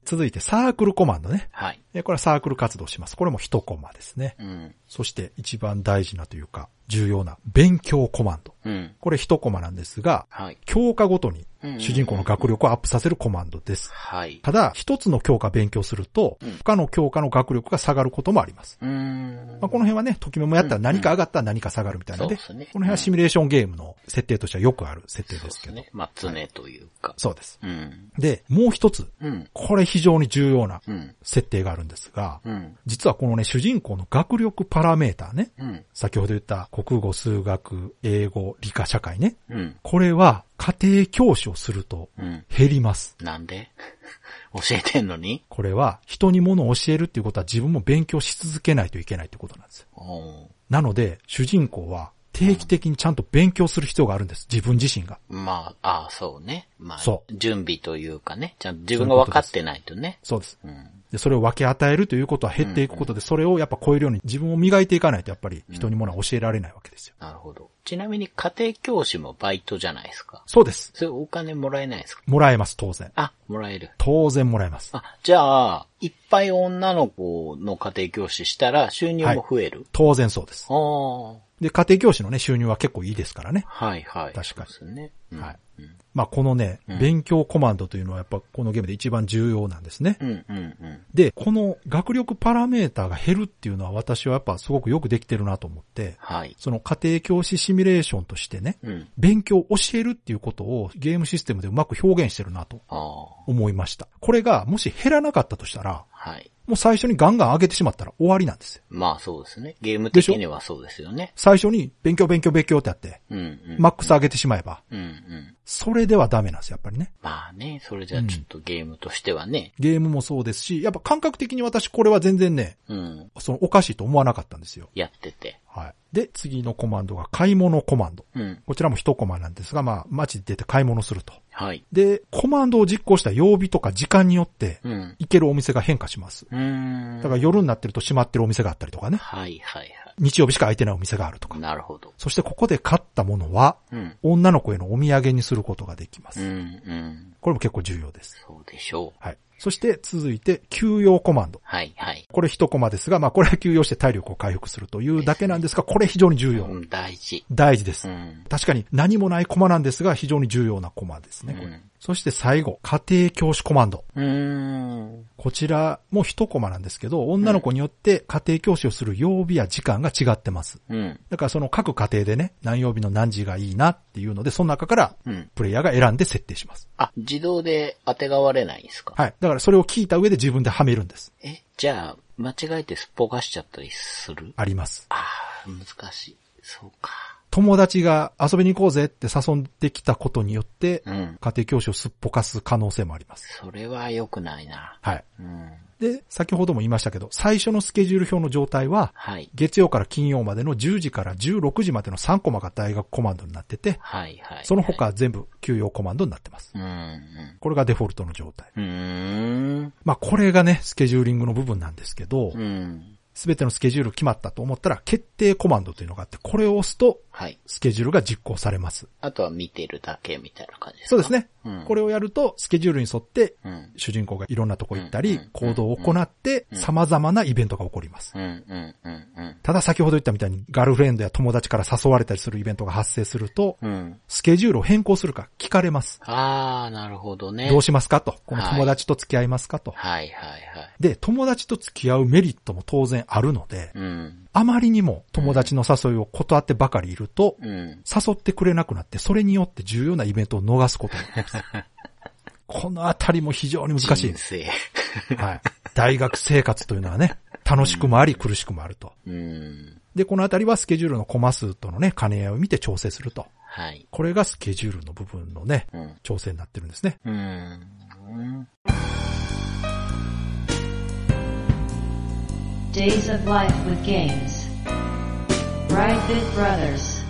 続いてサークルコマンドね。なはい。えこれはサークル活動します。これも1コマですね。うん。そして一番大事なというか、重要な勉強コマンド。うん。これ1コマなんですが、はい。教科ごとにうん主人公の学力をアップさせるコマンドです。はい。ただ、一つの教科勉強するとうん、他の教科の学力が下がることもあります。うーん。まあ、この辺はね、時ももやったら何か上がったら何か下がるみたいなので、うんそうですねこの辺はシミュレーションゲームの設定としてはよくある設定そうでですけど。すね。まあ、常というか。そうです。うん。で、もう一つ、うん。これ非常に重要なうん。設定があるんですが、うん。実はこのね、主人公の学力パラメーターね、うん。先ほど言った国語、数学、英語、理科、社会ね、うん。これは家庭教師をするとうん。減ります。なんで 教えてんのにこれは人に物を教えるっていうことは自分も勉強し続けないといけないってことなんですよ。おーなので、主人公は定期的にちゃんと勉強する必要があるんです。自分自身が。まあ、ああ、そうね。まあそ、準備というかね。ちゃんと自分が分かってないとね。そうです。うん。で、それを分け与えるということは減っていくことで、それをやっぱ超えるように自分を磨いていかないと、やっぱり人にものは教えられないわけですよ。なるほど。ちなみに家庭教師もバイトじゃないですか。そうです。それお金もらえないですかもらえます、当然。あ、もらえる。当然もらえます。あ、じゃあ、いっぱい女の子の家庭教師したら収入も増える。当然そうです。ああ。で、家庭教師のね、収入は結構いいですからね。はいはい。確かにそうですね。うんはい。うんまあ、このね、うん勉強コマンドというのはやっぱこのゲームで一番重要なんですね。うんうんうん。で、この学力パラメーターが減るっていうのは私はやっぱすごくよくできてるなと思って、はい。その家庭教師シミュレーションとしてね、うん。勉強を教えるっていうことをゲームシステムでうまく表現してるなとああ。思いました。これがもし減らなかったとしたら、はい。もう最初にガンガン上げてしまったら終わりなんですよ。まあそうですね。ゲームでしょ的にはそうですよね。最初に勉強勉強勉強ってやって、うんうん。マックス上げてしまえば、うんうん。それではダメなんですよ、やっぱりね。まあね、それじゃちょっとゲームとしてはね。ゲームもそうですし、やっぱ感覚的に私これは全然ね、うん。そのおかしいと思わなかったんですよ。やってて。はい。で、次のコマンドが買い物コマンド。うん。こちらも一コマなんですが、まあ、街で出て買い物すると。はい。で、コマンドを実行した曜日とか時間によって、うん。行けるお店が変化します。うーん。だから夜になってると閉まってるお店があったりとかね。はいはい日曜日しか空いてないお店があるとはかい。。なるほど。そしてここで買ったものは、うん。女の子へのお土産にすることができまうんうす。ん。これも結構重要です。そうでしょう。はい。そして続いて、休養コマンド。はいはい。これ一コマですが、まあこれは休養して体力を回復するというだけなんですが、これ非常に重要。うん、大事。大事でうす。ん。確かに何もないコマなんですが、非常に重要なコマですね、これうんそして最後、家庭教師コマンド。うーん。こちらも一コマなんですけど、女の子によって家庭教師をする曜日や時間が違ってます。うん。だからその各家庭でね、何曜日の何時がいいなっていうので、その中からうん。プレイヤーが選んで設定します。あ、自動で当てがわれないんですかはい。だからそれを聞いた上で自分ではめるんです。え、じゃあ、間違えてすっぽかしちゃったりするあります。ああ、難しい。そうか。友達が遊びに行こうぜって誘ってきたことによって、うん。家庭教師をすっぽかす可能性もあります。それは良くないな。はい。うん。で、先ほども言いましたけど、最初のスケジュール表の状態は、はい。月曜から金曜までの10時から16時までの3コマが大学コマンドになってて、はいはい。その他は全部休養コマンドになってます。うん、うん。これがデフォルトの状態。うーん。まあこれがね、スケジューリングの部分なんですけどう、ん。すべてのスケジュール決まったと思ったら、決定コマンドというのがあって、これを押すと、はい。スケジュールが実行されます。あとは見てるだけみたいな感じでそすかうです。ねうん。これをやると、スケジュールに沿って、うん。主人公がいろんなとこ行ったうんりうん、行動を行って、様々なイベントが起こります。うん、うん、うん、ただ先ほど言ったみたいに、ガールフレンドや友達から誘われたりするイベントが発生すると、うん。うん。スケジュールを変更するか聞かれます。ああ、なるほどね。どうしますかと。このはい友達と付き合いますかと。はいはいはい。で、友達と付き合うメリットも当然あるので、うん。あまりにも友達の誘いを断ってばかりいると、うん。誘ってくれなくなって、それによって重要なイベントを逃すことになり ます。このあたりも非常に難しい人。生。はい。 大学生活というのはね、楽しくもあり苦しくもあると。 うん。で、このあたりはスケジュールのコマ数とのね、兼ね合いを見て調整すると。はい。これがスケジュールの部分のね、うん。調整になってるんですね。うん。うん。 Days of Life with Games. Right Bit Brothers.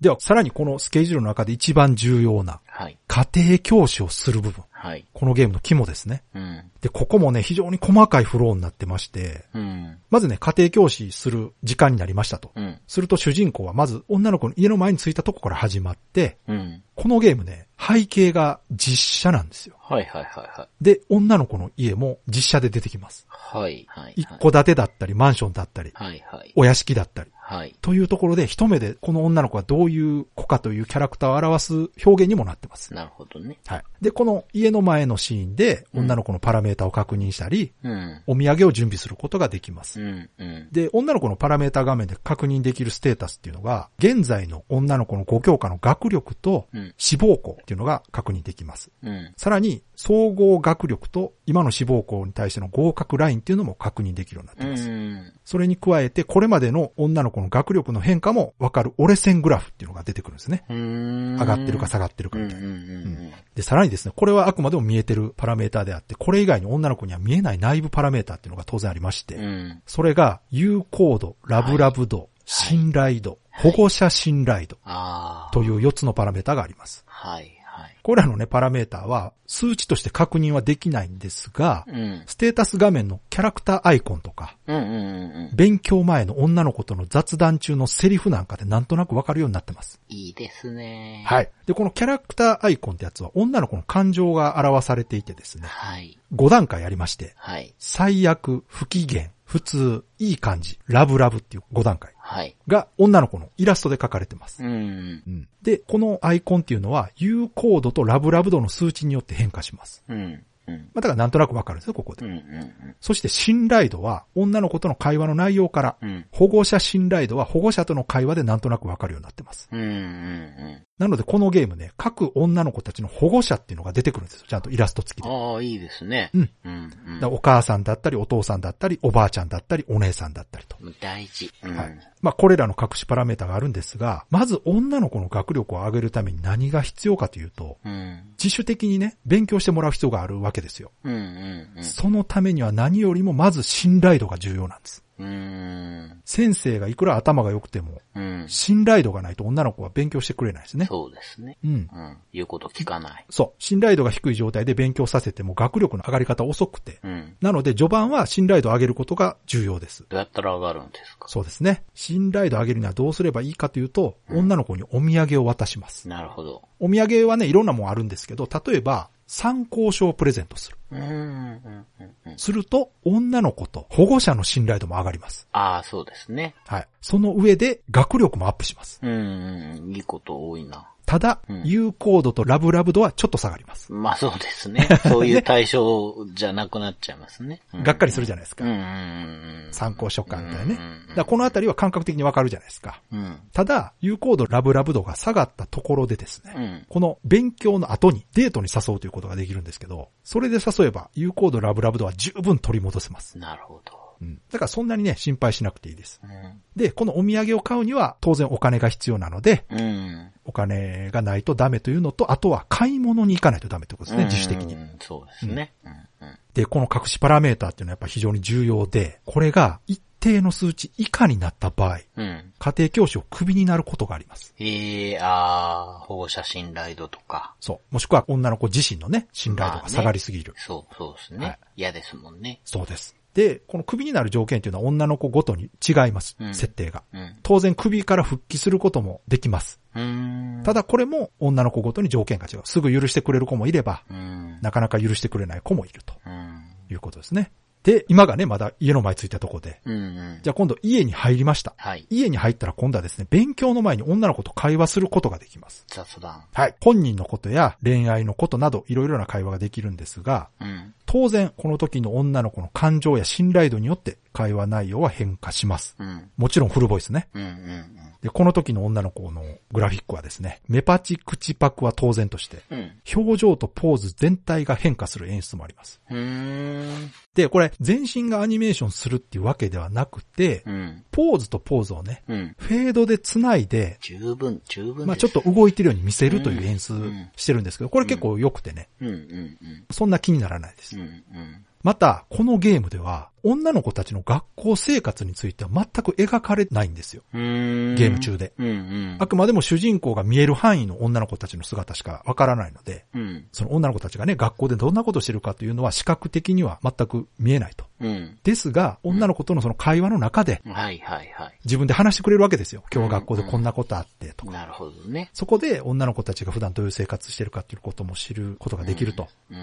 では、さらにこのスケジュールの中で一番重要な、はい。家庭教師をする部分。はい。このゲームの肝ですね。うん。で、ここもね、非常に細かいフローになってまして、うん。まずね、家庭教師する時間になりましたと。うん。すると主人公はまず女の子の家の前に着いたとこから始まって、うん。このゲームね、背景が実写なんですよ。はいはいはいはい。で、女の子の家も実写で出てきます。はい。はい。一戸建てだったり、マンションだったり、はいはい。お屋敷だったり。はい。というところで、一目でこの女の子がどういう子かというキャラクターを表す表現にもなってます。なるほどね。はい。で、この家の前のシーンで、うん女の子のパラメータを確認したり、うん。お土産を準備することができますう。ん。うん。で、女の子のパラメータ画面で確認できるステータスっていうのが、現在の女の子の5教科の学力とうん。志望校っていうのが確認できます。うん。さらに、総合学力と今の志望校に対しての合格ラインっていうのも確認できるようになってうます。ん。それに加えて、これまでの女の子の学力の変化もわかる折れ線グラフっていうのが出てくるんですね。うん。上がってるか下がってるうかん。うみん。たういんな。。で、さらにですね、これはあくまでも見えてるパラメーターであって、これ以外に女の子には見えない内部パラメーターっていうのが当然ありまして、うん。うん。それが、有効度、ラブラブ度、信頼度、保護者信頼度ああ。という4つのパラメータがあります。はい。はい。これらのね、パラメーターは数値として確認はできないんですが、うん。ステータス画面のキャラクターアイコンとか、うんうんうんうん。勉強前の女の子との雑談中のセリフなんかでなんとなくわかるようになってます。いいですね。い。はい。で、このキャラクターアイコンってやつは女の子の感情が表されていてですね、はい。 5段階ありまして、はい。最悪、不機嫌、普通、いい感じ、ラブラブっていう5段階はい。が女の子のイラストで書かれてます。うん。うんで、このアイコンっていうのは、有効度とラブラブ度の数値によって変化します。うん。うん。まあ、だからなんとなくわかるんですよ、ここで。うん。うん。そして信頼度は、女の子との会話の内容から、うん。保護者信頼度は保護者との会話でなんとなくわかるようになってます。うん。うん。なのでこのゲームね、各女の子たちの保護者っていうのが出てくるんですよ。ちゃんとイラスト付きで。だかああ、いいですね。うん。うん。らお母さんだったり、お父さんだったり、おばあちゃんだったり、お姉さんだったりと。うん。大事。うん。はい。まあ、これらの各種パラメータがあるんですが、まず女の子の学力を上げるために何が必要かというと、うん。自主的にね、勉強してもらう必要があるわけですよ。うん。うん。そのためには何よりもまず信頼度が重要なんです。うん。先生がいくら頭が良くても、うん。信頼度がないと女の子は勉強してくれないですね。そうですね。うん。うん。言うこと聞かない。そう。信頼度が低い状態で勉強させても学力の上がり方遅くて。うん。なので序盤は信頼度を上げることが重要です。どうやったら上がるんですかそうですね。信頼度を上げるにはどうすればいいかというと、女の子にお土産を渡します。なるほど。お土産はね、いろんなもんあるんですけど、例えば、参考書をプレゼントする。うん。うん。うん。うん。すると、女の子と保護者の信頼度も上がります。ああ、そうですね。はい。その上で学力もアップします。うん。うんいいこと多いな。ただ、うん有効度とラブラブ度はちょっと下がります。まあそうですね。そういう対象じゃなくなっちゃいますね。うんがっかりするじゃないですうんうか。んうん。参考書簡単ね。だうんかうんうんらこのあたりは感覚的にわかるじゃないですか。うん。ただ、有効度、ラブラブ度が下がったところでですね、うん。この勉強の後にデートに誘うということができるんですけど、それで誘えば有効度、ラブラブ度は十分取り戻せます。なるほど。うん。だからそんなにね、心配しなくていいです。うん。で、このお土産を買うには当然お金が必要なので、うん。お金がないとダメというのと、あとは買い物に行かないとダメということですね、自主的にう。ん。そうですね。うん。うん。で、この隠しパラメーターっていうのはやっぱ非常に重要で、これが一定の数値以下になった場合、うん。家庭教師をクビになることがあります。ええあー、保護者信頼度とか。そう。もしくは女の子自身のね、信頼度が下がりすぎる。そう、そうですはねい。嫌ですもんね。そうです。で、このクビになる条件っていうのは女の子ごとに違います。うん設定が。うん。当然クビから復帰することもできます。うーん。ただこれも女の子ごとに条件が違う。すぐ許してくれる子もいれば、うん。なかなか許してくれない子もいるとうん。いうことですね。で、今がね、まだ家の前着いたとこで、うん。うん。じゃあ今度家に入りました。はい。家に入ったら今度はですね、勉強の前に女の子と会話することができます。雑談。はい。本人のことや恋愛のことなどいろいろな会話ができるんですが、うん。当然この時の女の子の感情や信頼度によって会話内容は変化します。うん。もちろんフルボイスね。うん。うん。で、この時の女の子のグラフィックはですね、目パチ、口パクは当然として、うん。うん。表情とポーズ全体が変化する演出もあります。うーん。で、これ全身がアニメーションするっていうわけではなくて、うん。ポーズとポーズをね、うん。フェードで繋いで、十分、十分です。まあちょっと動いてるように見せるという演出してるんですけど、これ結構良くてね、うんうんうん。そんな気にならないですうん。うん。また、このゲームでは、女の子たちの学校生活については全く描かれないんですよ。うーんゲーム中で。うんうん。あくまでも主人公が見える範囲の女の子たちの姿しかわからないので、うん。その女の子たちがね、学校でどんなことをしてるかというのは視覚的には全く見えないと。うん。ですが、女の子とのその会話の中で、はいはいはい。自分で話してくれるわけですよ。今日学校でこんなことあって、とか。なるほどね。そこで女の子たちが普段どういう生活してるかということも知ることができるとうん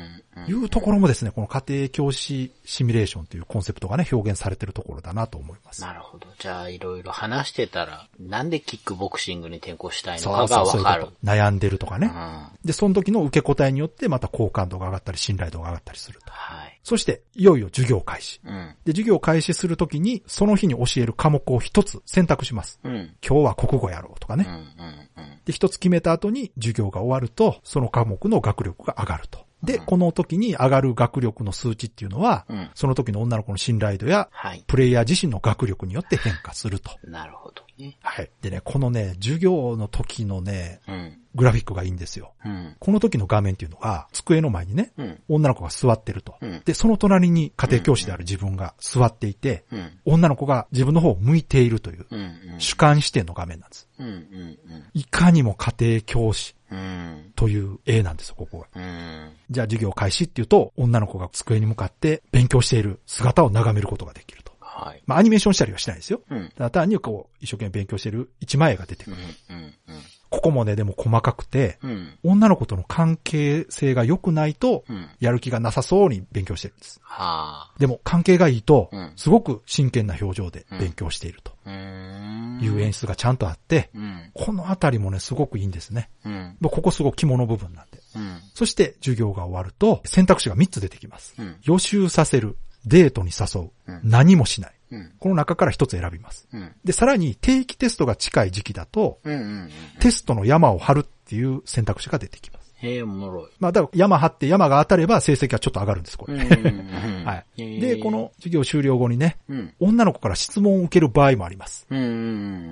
ういん。うところもですね、この家庭教師シミュレーションというコンセプトがね、表現されてるところだなと思います。なるほど。じゃあ、いろいろ話してたら、なんでキックボクシングに転向したいのそかうそがう、そうわいうかるこ。と。悩んでるとかうねん。。はで、その時の受け答えによってまた好感度が上がったり、信頼度が上がったりすると。い。そして、いよいよ授業開始。うん。で、授業開始するときに、その日に教える科目を一つ選択します。うん。うん今日は国語やろうとかうね。んうん。で、一つ決めた後に授業が終わると、その科目の学力が上がると。で、この時に上がる学力の数値っていうのはうん、その時の女の子の信頼度や、はい。プレイヤー自身の学力によって変化すると。なるほどね。はい。でね、このね、授業の時のね、うん。グラフィックがいいんですよ。うん。この時の画面っていうのが、机の前にね、うん。女の子が座ってるとうん。で、その隣に家庭教師である自分が座っていて、うん。女の子が自分の方を向いているという、うん。主観視点の画面なんです。うん。うん。うん。いかにも家庭教師うん。という絵なんですよ、ここが。うん。じゃあ授業開始っていうと、女の子が机に向かって勉強している姿を眺めることができると。はい。まあ、アニメーションしたりはしないですよ。うん。ただ単にこう、一生懸命勉強している一枚絵が出てくうる。ん。うん。ここもね、でも細かくて、うん。女の子との関係性が良くないと、うん。やる気がなさそうに勉強してるんです。はあ。でも、関係がいいとうん、すごく真剣な表情で勉強しているとうーん。いう演出がちゃんとあって、うん。このあたりもね、すごくいいんですね。うん。まあここすごく肝の部分なんで。うん。そして、授業が終わると、選択肢が3つ出てきます。うん。予習させる、デートに誘う、うん何もしない。うん。この中から1つ選びます。うん。で、さらに定期テストが近い時期だと、うん。うん。テストの山を張るっていう選択肢が出てきます。へえ、おもろい。まあ、だから山張って山が当たれば成績がちょっと上がるんです、これ。は。はいで、こ、の授業終了後にね、うん。女の子から質問を受ける場合もあります。うん。う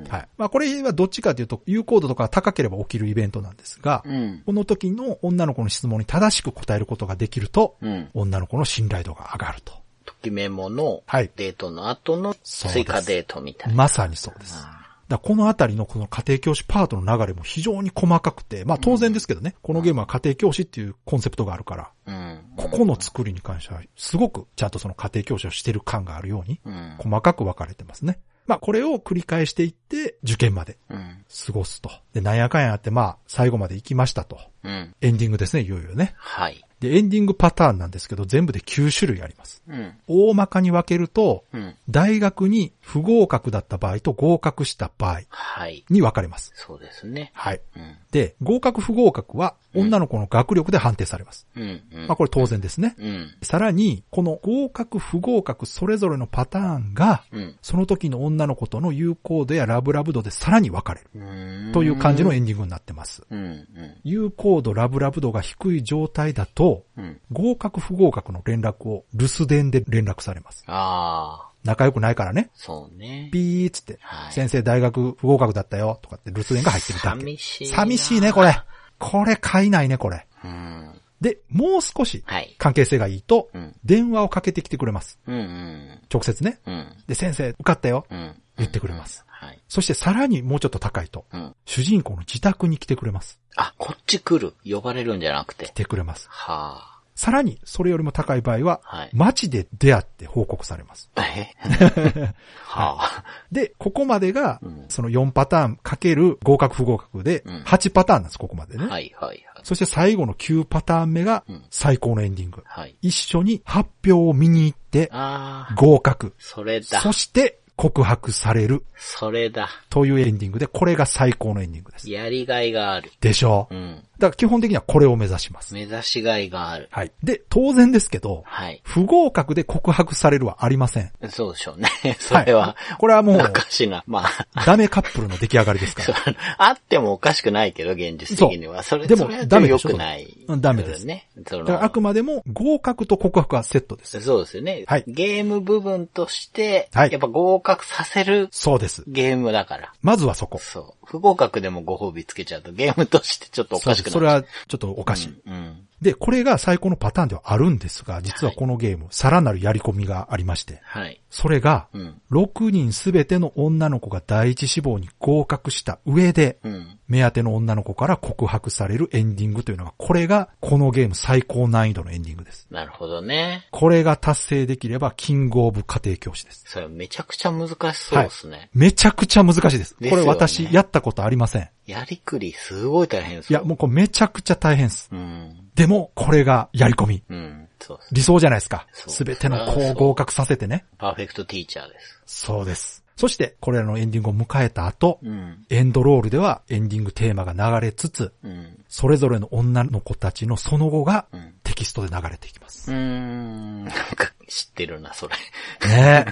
ん。はい。まあ、これはどっちかというと、有効度とか高ければ起きるイベントなんですが、うん。この時の女の子の質問に正しく答えることができると、うん。女の子の信頼度が上がると。ときメモのはいデートの後の追加デートみたいな。まさにそうです。だからこのあたりのこの家庭教師パートの流れも非常に細かくて、まあ当然ですけどね、このゲームは家庭教師っていうコンセプトがあるから、うん。ここの作りに関しては、すごくちゃんとその家庭教師をしてる感があるように、うん。細かく分かれてますね。まあこれを繰り返していって、受験までうん。過ごすと。で、なんやかんやあって、まあ最後まで行きましたと。うん。エンディングですね、いよいよね。はい。で、エンディングパターンなんですけど、全部で9種類あります。うん。大まかに分けると、うん。大学に不合格だった場合と合格した場合はい。に分かれます。そうですね。はい。うん。で、合格不合格は女の子の学力で判定されます。うん。うんまあこれ当然ですね。うん。さらに、この合格不合格それぞれのパターンが、うん。その時の女の子との友好度やラブラブ度でさらに分かれる。うん。という感じのエンディングになってます。うん。うん。友好度、ラブラブ度が低い状態だと、うん。合格不合格の連絡を留守電で連絡されます。ああ、仲良くないからね。そうね。ピーっつって、はい先生大学不合格だったよとかって留守電が入ってるだけ。寂しいな寂しいね、これ。これ買いないね、これ。うん。で、もう少しはい。関係性がいいとう、ん。電話をかけてきてくれます。うん。うん。直接ね。うん。で、先生受かったよ。うん。言ってくれます。はい。そしてさらにもうちょっと高いと、うん。主人公の自宅に来てくれます。あ、こっち来る。呼ばれるんじゃなくて来。てくれます。はさらに、それよりも高い場合は、はい街で出会って報告されます。あ。え はあ。で、ここまでがうん、その4パターンかける合格不合格でうん、 8パターンなんです、ここまでね。はいはいはい。そして最後の9パターン目がうん、最高のエンディング。はい。一緒に発表を見に行って、ああ、合格。それだ。そして、告白されるそれだ。というエンディングで、これが最高のエンディングです。やりがいがある。でしょうう。ん。だから基本的にはこれを目指します。目指しがいがある。はい。で、当然ですけど、はい。不合格で告白されるはありません。そうでしょうね。 それは、いこれはもうお、かしな。まあ、 ダメカップルの出来上がりですから。あってもおかしくないけど、現実的には。それ、でもそれはダメで良しょくない。うんダメですね。そだからのあくまでも合格と告白はセットです。そうですよね。はいゲーム部分として、はいやっぱ合格させるそうです。ゲームだから。まずはそこ。そう。不合格でもご褒美つけちゃうとゲームとしてちょっとおそうかしでくすそなれっちゃう。はちょっとおかしい。うん。で、これが最高のパターンではあるんですが、実はこのゲーム、さらなるやり込みがありまして、はい。それが、うん。 6人すべての女の子が第一志望に合格した上で、うん。目当ての女の子から告白されるエンディングというのが、これがこのゲーム最高難易度のエンディングです。なるほどね。これが達成できれば、キングオブ家庭教師です。それめちゃくちゃ難しそうですね。めちゃくちゃ難しいです。ですよねこれ私やったことありません。やりくりすごい大変ですいや、よ。もうこれめちゃくちゃ大変です。う。うん。でも、これがやり込み。うん。そうです。理想じゃないですか。そうすべての子を合格させてね。パーフェクトティーチャーです。そうです。そして、これらのエンディングを迎えた後、うん。エンドロールではエンディングテーマが流れつつ、うん。それぞれの女の子たちのその後がうん。テキストで流れていきまうす。ーん。なんか知ってるな、それ。ね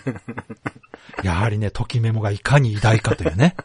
え。やはりね、ときメモがいかに偉大かというね。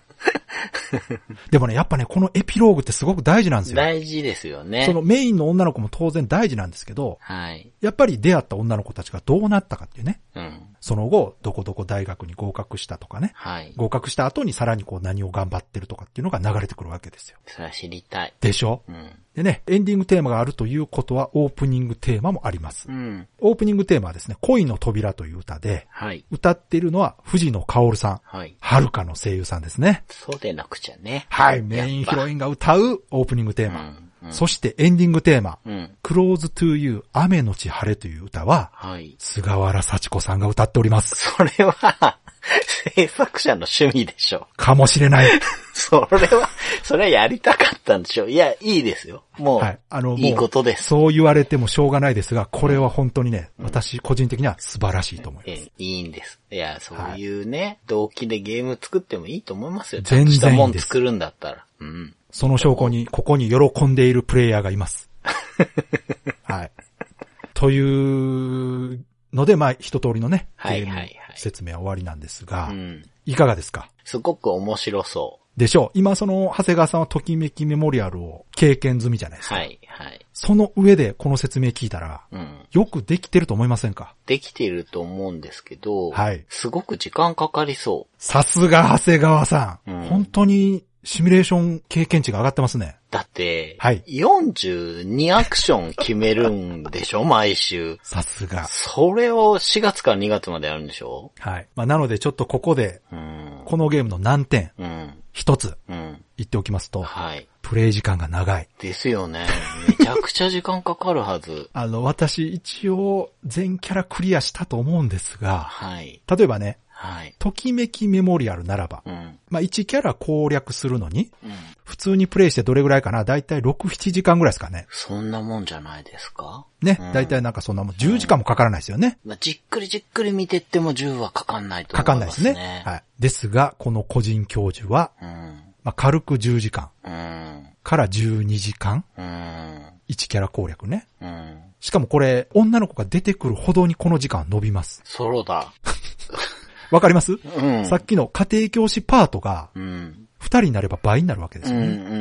でもね、やっぱね、このエピローグってすごく大事なんですよ。大事ですよね。そのメインの女の子も当然大事なんですけど、はい。やっぱり出会った女の子たちがどうなったかっていうね。うん。その後、どこどこ大学に合格したとかね。はい。合格した後にさらにこう何を頑張ってるとかっていうのが流れてくるわけですよ。それは知りたい。でしょうん。でね、エンディングテーマがあるということはオープニングテーマもありますう。ん。オープニングテーマはですね、恋の扉という歌で、はい。歌っているのは藤野薫さん。はい。はるかの声優さんですね。そうでなくちゃね。はい、メインヒロイン。ンが歌うオープニングテーマ。うん。そしてエンディングテーマ、うん。うん。 Close to You 雨のち晴れという歌は、はい。菅原幸子さんが歌っております。それは、 制作者の趣味でしょ。かもしれない。それは、それはやりたかったんでしょ。いや、いいですよ。もう、はいい。、あの、もういことです。そう言われてもしょうがないですが、これは本当にね、私個人的には素晴らしいと思いまえす。えいいんです。いや、そういうね、動機でゲーム作ってもいいと思いますよ。全然いいんですちゃんとしたもん作るんだったら。うん。その証拠に、ここに喜んでいるプレイヤーがい ます。はい。というので、まあ、一通りのね、はいはいはいゲーム説明は終わりなんですが、うん。いかがですかすごく面白そでしょう今その、長谷川さんはときめきメモリアルを経験済みじゃないでう。すか。はい、はい。その上でこの説明聞いたら、うん。よくできてると思いませんかできてると思うんですけど、はいすごく時間かかりそさすが長谷川さん。うん本当にシミュレーション経験値が上がってますねう。。だって、はい42アクション決めるん でしょ毎週。さすが。それを4月から2月までやるんでしょはい。まあ、なのでちょっとここで、うん。このゲームの難点、うん。一つうん。言っておきますと、はい。プレイ時間が長い。。ですよね。めちゃくちゃ時間かかるはずあの、私一応全キャラクリアしたと思うんですが、はい。例えばね、はい。ときめきメモリアルならばう、ん。まあ、1キャラ攻略するのに、うん。普通にプレイしてどれぐらいかなだいたい6、7時間ぐらいですかね。そんなもんじゃないですかねうん。だいたいなんかそんなもん10時間もかからないですよね。まあ、じっくりじっくり見てっても10はかかんないとか思かんいないでますすね。ね。はい。ですが、この個人教授は、うん。まあ、軽く10時間うん。から12時間、うん。 1キャラ攻略ね。うん。しかもこれ、女の子が出てくるほどにこの時間は伸びます。ソロだ。わかります、うん。さっきの家庭教師パートが、うん。 2人になれば倍になるわけでうすんようね。んう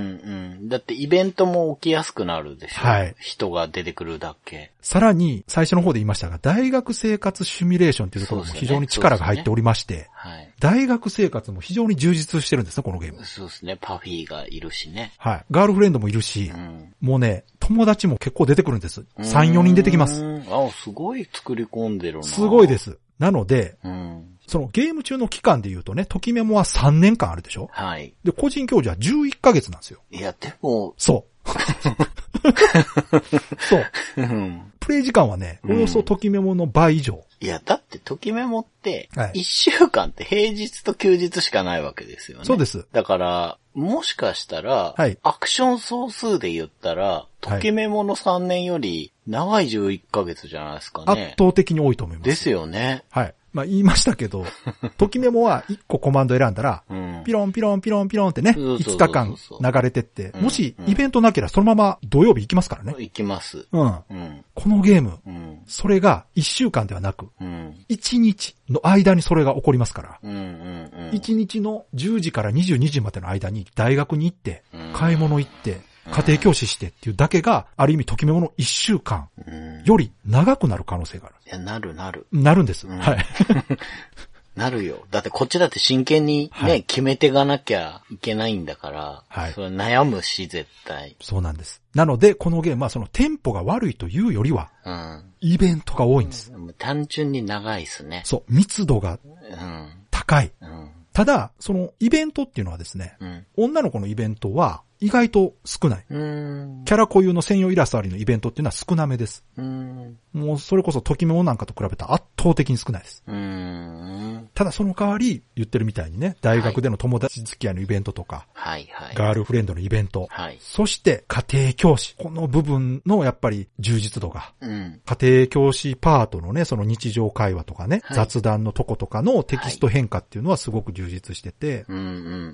ん。だってイベントも起きやすくなるでしょ。はい人が出てくるだけ。さらに、最初の方で言いましたが、大学生活シミュレーションというところもそうで非すね常に力が入っておりまして、はい。大学生活も非常に充実してるんですね、このゲーム。そうですね。パフィーがいるしね。はい。ガールフレンドもいるしう、ん。もうね、友達も結構出てくるんです。3、4人出てきます。うん。あ、すごい作り込んでるな。すごいで。す。なので、うん。そのゲーム中の期間で言うとね、ときメモは3年間あるでしょはい。で、個人教授は11ヶ月なんですよ。いや、でも、 そう。そう。うん。プレイ時間はね、およそときメモの倍以上。いや、だって、ときメモってはい、一週間って平日と休日しかないわけですよね。そうで。す。だから、もしかしたら、はいアクション総数で言ったら、ときメモの3年より長い11ヶ月じゃないですか圧ね。倒的に多いと思います。ですよね。はい。まあ言いましたけど、ときメモは1個コマンド選んだらう、んピ。ロンピロンピロンピロンってね、そうそうそうそ5う日間流れてって、うんもしイベントなければそのまま土曜日行きますからね。いきます。うん。うん。このゲーム、うん。それが1週間ではなく、うん。 1日の間にそれが起こりますから。うん。うん。うん。 1日の10時から22時までの間に大学に行ってうん、買い物行って、家庭教師してっていうだけが、ある意味ときめもの1週間うん。いより長くなる可能性がある。や、なるなる。なるんです。うんはい。なるよ。だってこっちだって真剣にね、はい決めていかなきゃいけないんだから、はいそれ悩むし、絶対。そうなんです。なので、このゲームはそのテンポが悪いというよりは、うん。イベントが多いんです。もう単純に長いっすね。そう、密度がうん。高い。うん。ただ、そのイベントっていうのはですね、うん。女の子のイベントは意外と少ない。うん。キャラ固有の専用イラストありのイベントっていうのは少なめです。うん。もうそれこそときめもなんかと比べたら圧倒的に少ないです。うん。ただその代わり、言ってるみたいにね、大学での友達付き合いのイベントとか、はいはい。ガールフレンドのイベント、はい。そして家庭教師。この部分のやっぱり充実度が、うん。家庭教師パートのね、その日常会話とかね、はい雑談のとことかのテキスト変化っていうのはすごく充実してて、うんうん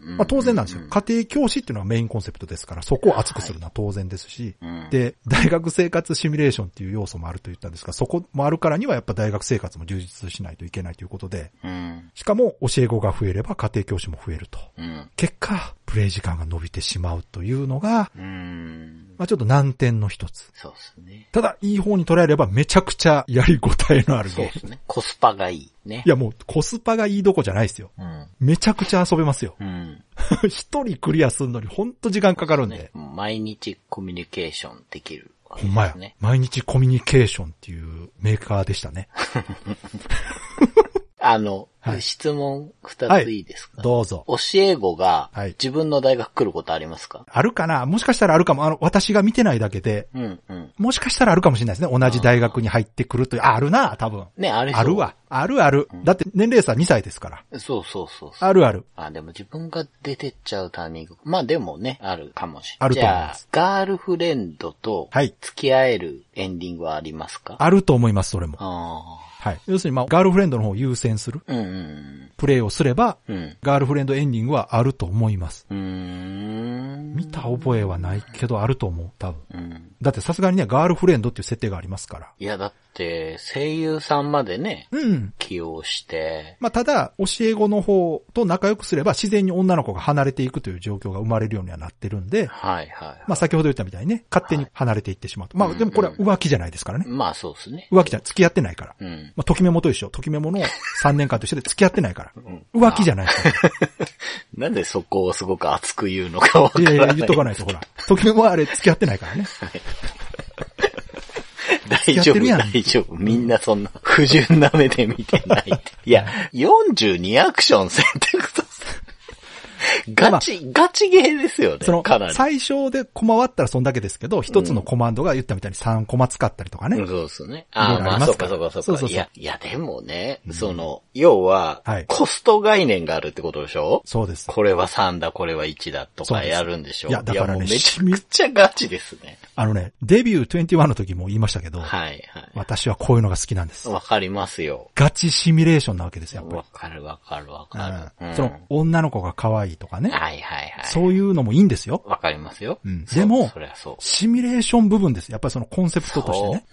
うん。まあ当然なんですよ。家庭教師っていうのはメインコンセプトですから、そこを熱くするのは当然ですし、うん。で、大学生活シミュレーションっていう要素もあると言ったんですが、そこもあるからにはやっぱ大学生活も充実しないといけないということで、うん、うん。しかも教え子が増えれば家庭教師も増えると。うん。結果、プレイ時間が伸びてしまうというのが、うん。まあちょっと難点の一つ。そうですね。ただ、いい方に捉えればめちゃくちゃやりごたえのあるそうゲでーム。すね。コスパがいいねい。やもうコスパがいいどこじゃないですよ。うん。めちゃくちゃ遊べ ますよ。うん。一人クリアするのにほんと時間かかるんでね。毎日コミュニケーションできるわけほでんまやすね。。毎日コミュニケーションっていうメーカーでした ね。あの、はい質問は二ついいいですか、どうぞ。教え子がはい自分の大学来ることありますか、あるかなもしかしたらあるかも。あの、私が見てないだけで、うんうん。もしかしたらあるかもしれないですね。同じ大学に入ってくるという。あ、あるな、多分。ね、あれあるわ。あるある。だって年齢差2歳ですから。そうそうそうそう。あるある。あ、でも自分が出てっちゃうタイミング。まあでもね、あるかもしれない。あると思いますじゃあ、ガールフレンドとはい付き合えるエンディングはありますか、あると思います、それも。あはい。要するに、まあ、ガールフレンドの方を優先するあ。うんうんプレイをすれば、うん。うん。ガールフレンドエンディングはあると思います。うーん。見た覚えはないけど、あると思う、多分。うん。だってさすがにね、ガールフレンドっていう設定がありますから。いや、だって、声優さんまでね、うん。起用して、まあ、ただ、教え子の方と仲良くすれば自然に女の子が離れていくという状況が生まれるようにはなってるんで、はいはい。まあ、先ほど言ったみたいにね、勝手に離れていってしまうと。まあ、でもこれは浮気じゃないですからね。まあそうですね。浮気じゃない、付き合ってないから。うん。まあ、ときめもと一緒。ときめもの3年間と一緒で付き合ってないから。浮気じゃないですから。なんでそこをすごく熱く言うのか わかいらやないい。や、言っとかないと、ほら。ときめもはあれ付き合ってないから ね。大やって丈る夫、やん大丈夫。みんなそんな不純な目で見てないって。いや、42アクション選 択とガチ、ガチゲーですよね。そのかな、り。最小でコマ割ったらそんだけですけど、一つのコマンドが言ったみたいに3コマ使ったりとかうねん。そうですね。あいろいあ、ろありままあ、そすうかからそうかそそううそか。うそういや、いや、でもね、その、要ははい、コスト概念があるってことでしょそうです。これは3だ、これは1だとそうかですやるんでしょいやだからねもうめちゃくちゃガチですね。あのね、デビュー21の時も言いましたけど、はい、は私はこういうのが好きなんですい。。わかりますよ。ガチシミュレーションなわけですよ、やっぱりわかる、わかる、わ。うんかる。うんその、女の子が可愛いとかね。はいはいはい。そういうのもいいんですよ。わかりますよ。うんそうでもそりゃそう。シミュレーション部分です。やっぱりそのコンセプトとしてね。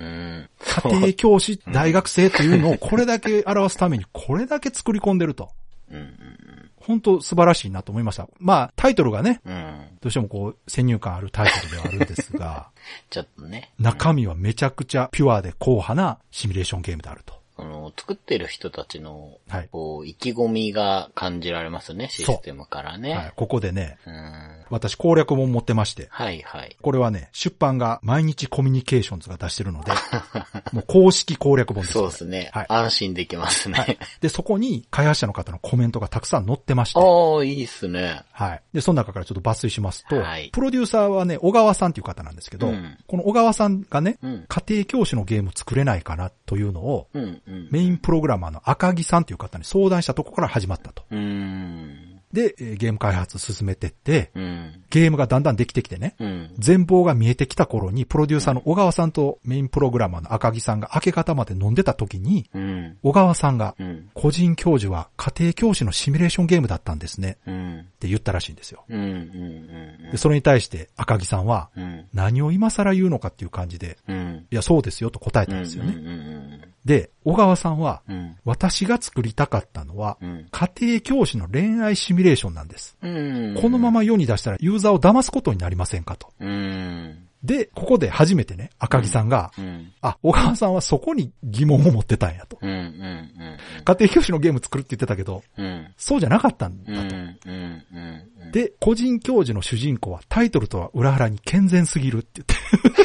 そう。う家ん。庭教師、大学生というのをこれだけ表すために、これだけ作り込んでると。うん本当素晴らしいなと思いました。まあ、タイトルがね、うん。うん。どうしてもこう、先入観あるタイトルではあるんです が、ちょっとね。中身はめちゃくちゃピュアで硬派なシミュレーションゲームであると。あの、作ってる人たちの、はいこう、意気込みが感じられますね、システムからね。はい、ここでね、うん。私攻略本持ってまして、はいはい。これはね、出版が毎日コミュニケーションズが出してるので、 もう公式攻略本です。そうですね、はい安心できますね。 で、そこに開発者の方のコメントがたくさん載ってまして、ああ、いいっすね。はい。で、その中からちょっと抜粋しますと、はいプロデューサーはね、小川さんっていう方なんですけど、うんこの小川さんがね、うん。家庭教師のゲーム作れないかなというのを、うん、うん。メインプログラマーの赤木さんという方に相談したとこから始まったと。うん。で、えーゲーム開発進めてって、うん。ゲームがだんだんできてきてね、うん。全貌が見えてきた頃に、プロデューサーの小川さんとメインプログラマーの赤木さんが明け方まで飲んでた時に、うん。小川さんが、うん。個人教授は家庭教師のシミュレーションゲームだったんですね、うん。って言ったらしいんですよ。うん。うんで、。それに対して赤木さんは、うん。何を今更言うのかっていう感じで、うん。いや、そうですよと答えたんですよね。で、小川さんは、うん。私が作りたかったのはう、ん。家庭教師の恋愛シミュレーションなんです。うん。このまま世に出したらユーザーを騙すことになりませんかと。うん。で、ここで初めてね、赤木さんが、うん。あ、小川さんはそこに疑問を持ってたんやと。うん。うん。家庭教師のゲーム作るって言ってたけど、うん。そうじゃなかったんうん。うだと。ん。うん。で、個人教授の主人公はタイトルとは裏腹に健全すぎるって言って。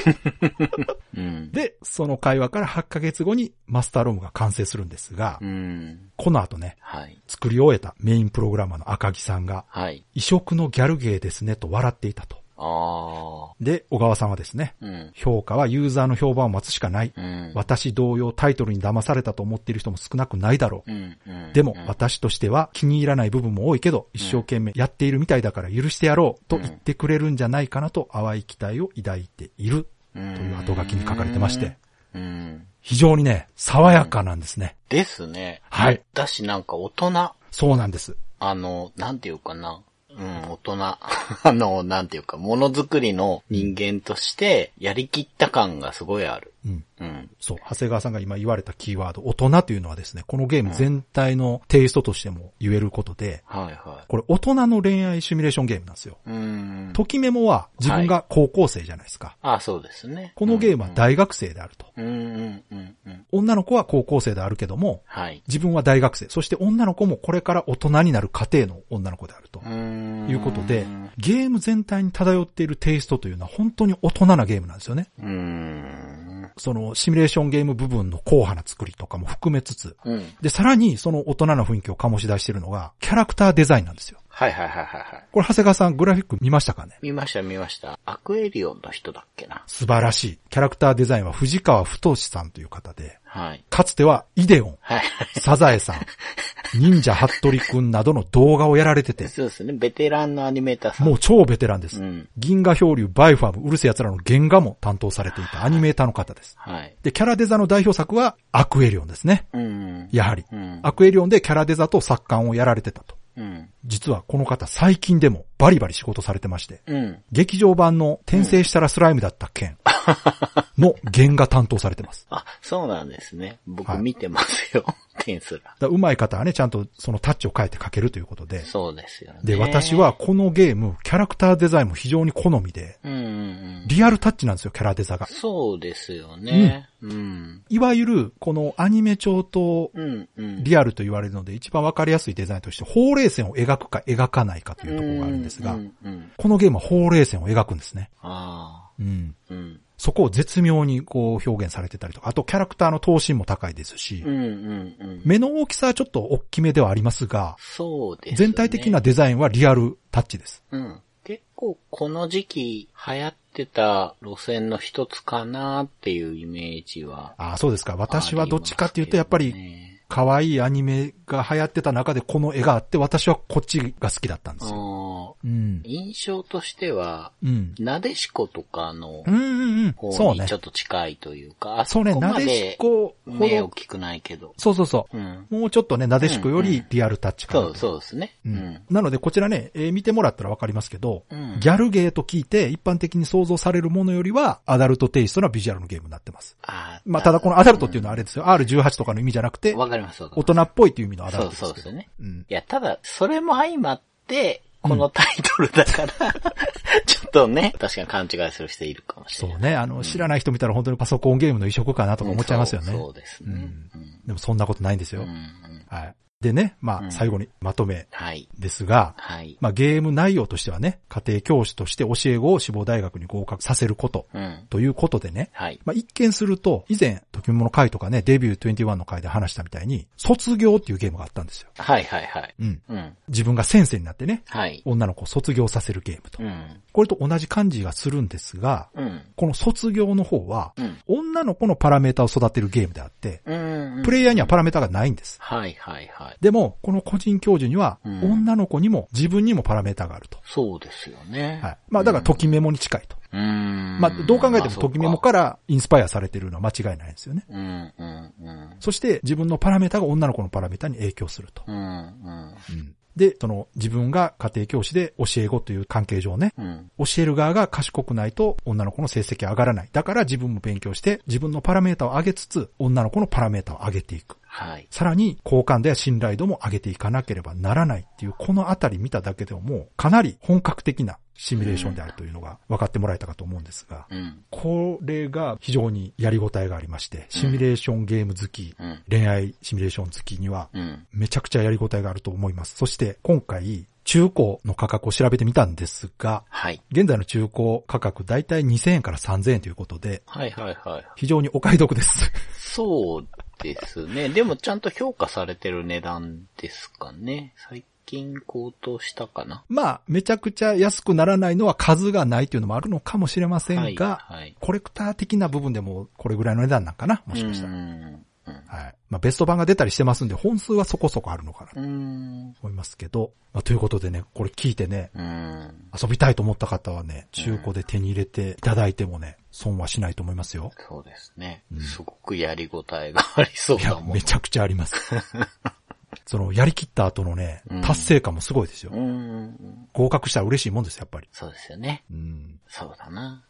うん。で、その会話から8ヶ月後にマスターロームが完成するんですがう、ん。この後ね、はい。作り終えたメインプログラマーの赤木さんが、はい。異色のギャルゲーですねと笑っていたと。ああ。で、小川さんはですね、うん。評価はユーザーの評判を待つしかない。うん。私同様タイトルに騙されたと思っている人も少なくないだろう。うん。うん。でも私としては気に入らない部分も多いけど、一生懸命やっているみたいだから許してやろうと言ってくれるんじゃないかなと淡い期待を抱いているとといいう後書きに書かれてまして、。うん。非常にね、爽やかなんですね。ですね。はい。だしなんか大人。そうなんです。あの、なんていうかな。うん、大人。 あの、なんていうか、ものづくりの人間として、やりきった感がすごいある。うん。うん。そう。長谷川さんが今言われたキーワード、大人というのはですね、このゲーム全体のテイストとしても言えることで、はいはこれ大人の恋愛シミュレーションゲームなんですよ。い。うん。ときメモは自分が高校生じゃないですか。あ、そうですね。このゲームは大学生であると。うんうんうんうん。女の子は高校生であるけども、はい。自分は大学生、そして女の子もこれから大人になる過程の女の子であると。んいうことで、ゲーム全体に漂っているテイストというのは本当に大人なゲームなんですよね。うん。そのシミュレーションゲーム部分の硬派な作りとかも含めつつ、うん。で、さらにその大人な雰囲気を醸し出しているのが、キャラクターデザインなんですよ。はいはいはいはいはい。これ、長谷川さん、グラフィック見ましたかね見ました見ました。アクエリオンの人だっけな。素晴らしい。キャラクターデザインは藤川太さんという方で、はい。かつてはイデオン、はい。 サザエさん、忍者ハットリくんなどの動画をやられてて、そうですね。ベテランのアニメーターさん。もう超ベテランでうす。ん。銀河漂流、バイファーム、うるせえ奴らの原画も担当されていたアニメーターの方です。はい。で、キャラデザの代表作はアクエリオンですね。うん。やはり。うん。アクエリオンでキャラデザと作家をやられてたと。うん。実はこの方最近でもバリバリ仕事されてまして、うん。劇場版の転生したらスライムだった 件の原画担当されてます。あ、そうなんですね。僕はい見てますよ。 テンスラ。だから上手い方はね、ちゃんとそのタッチを変えて描けるということで。そうですよね。で、私は、このゲーム、キャラクターデザインも非常に好みで、うんうんうん。リアルタッチなんですよ、キャラデザが。そうですよね。うん。いわゆる、このアニメ調とうんうん。リアルと言われるので、一番わかりやすいデザインとして、ほうれい線を描くか描かないかというところがあるんですがう、んうん。このゲームはほうれい線を描くんですね。あうん。あ。うん。そこを絶妙にこう表現されてたりとか、あとキャラクターの頭身も高いですしう、んうんうん。目の大きさはちょっと大きめではありますが、そうですね。全体的な。デザインはリアルタッチです。うん。結構この時期流行ってた路線の一つかなっていうイメージは。ああ、そうですか。私はどっちかっていうと、やっぱありますけどね可愛いアニメが流行ってた中でこの絵があって、私はこっちが好きだったんですよ。あうーん。印象としては、うん。なでしことかのうんうんうん。そ方うねにちょ。っと近いというか、あそうね、こなまでしでこほ目大ど。きくないけど。そうそうそうう。ん。もうちょっとね、なでしこよりリアルタッチかなそう、そうですね。ううんん。なので、こちらね、えー見てもらったらわかりますけど、うんギャルゲーと聞いて一般的に想像されるものよりは、アダルトテイストなビジュアルのゲームになってます。あーまあ、ただこのアダルトっていうのはあれですよ。R18 とかの意味じゃなくて、わかります、わかり大ます。人っぽいという意味のアダルトですけそうど。そうですよね。うんいや、ただ、それも相まって、このタイトルだから、 ちょっとね、確かに勘違いする人いるかもしそれなうい。ね。あの、知らない人見たら本当にパソコンゲームの移植かなとか思っちゃいますよね。そうそうですね。うんでもそんなことないんですよ。うんうんはい。でね、まうんあ、最後にまとめはい。ですが、はい。まあ、ゲーム内容としてはね、家庭教師として教え子を志望大学に合格させること、うん。ということでね、はい。まあ、一見すると、以前、時物の回とかね、デビュー21の回で話したみたいに、卒業っていうゲームがあったんですよ。はい、はい、はい。うん。うん。自分が先生になってね、はい。女の子を卒業させるゲームとう。ん。これと同じ感じがするんですが、うん。この卒業の方は、うん。女の子のパラメータを育てるゲームであって、うん。プレイヤーにはパラメータがないんです。はい、はい、はい。でも、この個人教授には、うん女の子にも自分にもパラメータがあると。そうですよね。はい。まあ、だから、ときメモに近いと。うん。まあ、どう考えても、そうときメモからインスパイアされてるのは間違いないんですよね。うん、うん、うん。そして、自分のパラメータが女の子のパラメータに影響すると。うん、うんで、その、自分が家庭教師で教え子という関係上ね、うん。うん。教える側が賢くないと女の子の成績上がらない。だから自分も勉強して、自分のパラメータを上げつつ、女の子のパラメータを上げていく。はい。さらに好感度や信頼度も上げていかなければならないっていう、このあたり見ただけでももうかなり本格的なシミュレーションであるというのが分かってもらえたかと思うんですが、うん、これが非常にやりごたえがありまして、シミュレーションゲーム好き、うん、恋愛シミュレーション好きにはうん。めちゃくちゃやりごたえがあると思います。そして今回、中古の価格を調べてみたんですが、はい。現在の中古価格だいたい2000円から3000円ということで、はいはいはい。非常にお買い得です。 そうですね。でもちゃんと評価されてる値段ですかね。最近高騰したかな。まあ、めちゃくちゃ安くならないのは数がないというのもあるのかもしれませんが、はいはいコレクター的な部分でもこれぐらいの値段なんかなもしかしたうら。ん。うんはい。まあ、ベスト版が出たりしてますんで、本数はそこそこあるのかなとうん。思いますけど、まあ、ということでね、これ聞いてね、うん。遊びたいと思った方はね、中古で手に入れていただいてもね、損はしないと思いますよ。そうですねう。んすごくやりごたえがありそういだや、もんめ。ちゃくちゃあり ます。その、やりきった後のねうん、達成感もすごいですよう。ん。合格したら嬉しいもんです、やっぱり。そうですよね。うん。そうだな。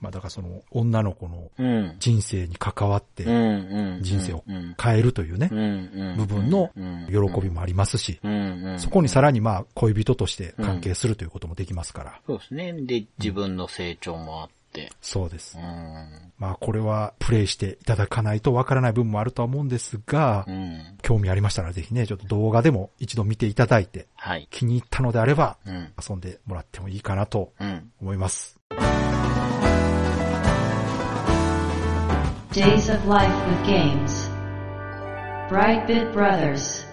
まあだからその女の子のうん。うん。人生に関わっうてんうん。うん人生をうん変えるというねう、ん。部分の喜びも。もありますし、うんうん。そこにさらにまあ恋人として関係するということもできますから。そうですね。で、自分の成長もあって。そうですう。ん。まあこれはプレイしていただかないとわからない部分もあるとは思うんですがう、ん。興味ありましたらぜひね、ちょっと動画でも一度見ていただいて、はい。気に入ったのであればうん。遊んでもらってもいいかなとうん。思います。 Days of Life with Games. Brightbit Brothers.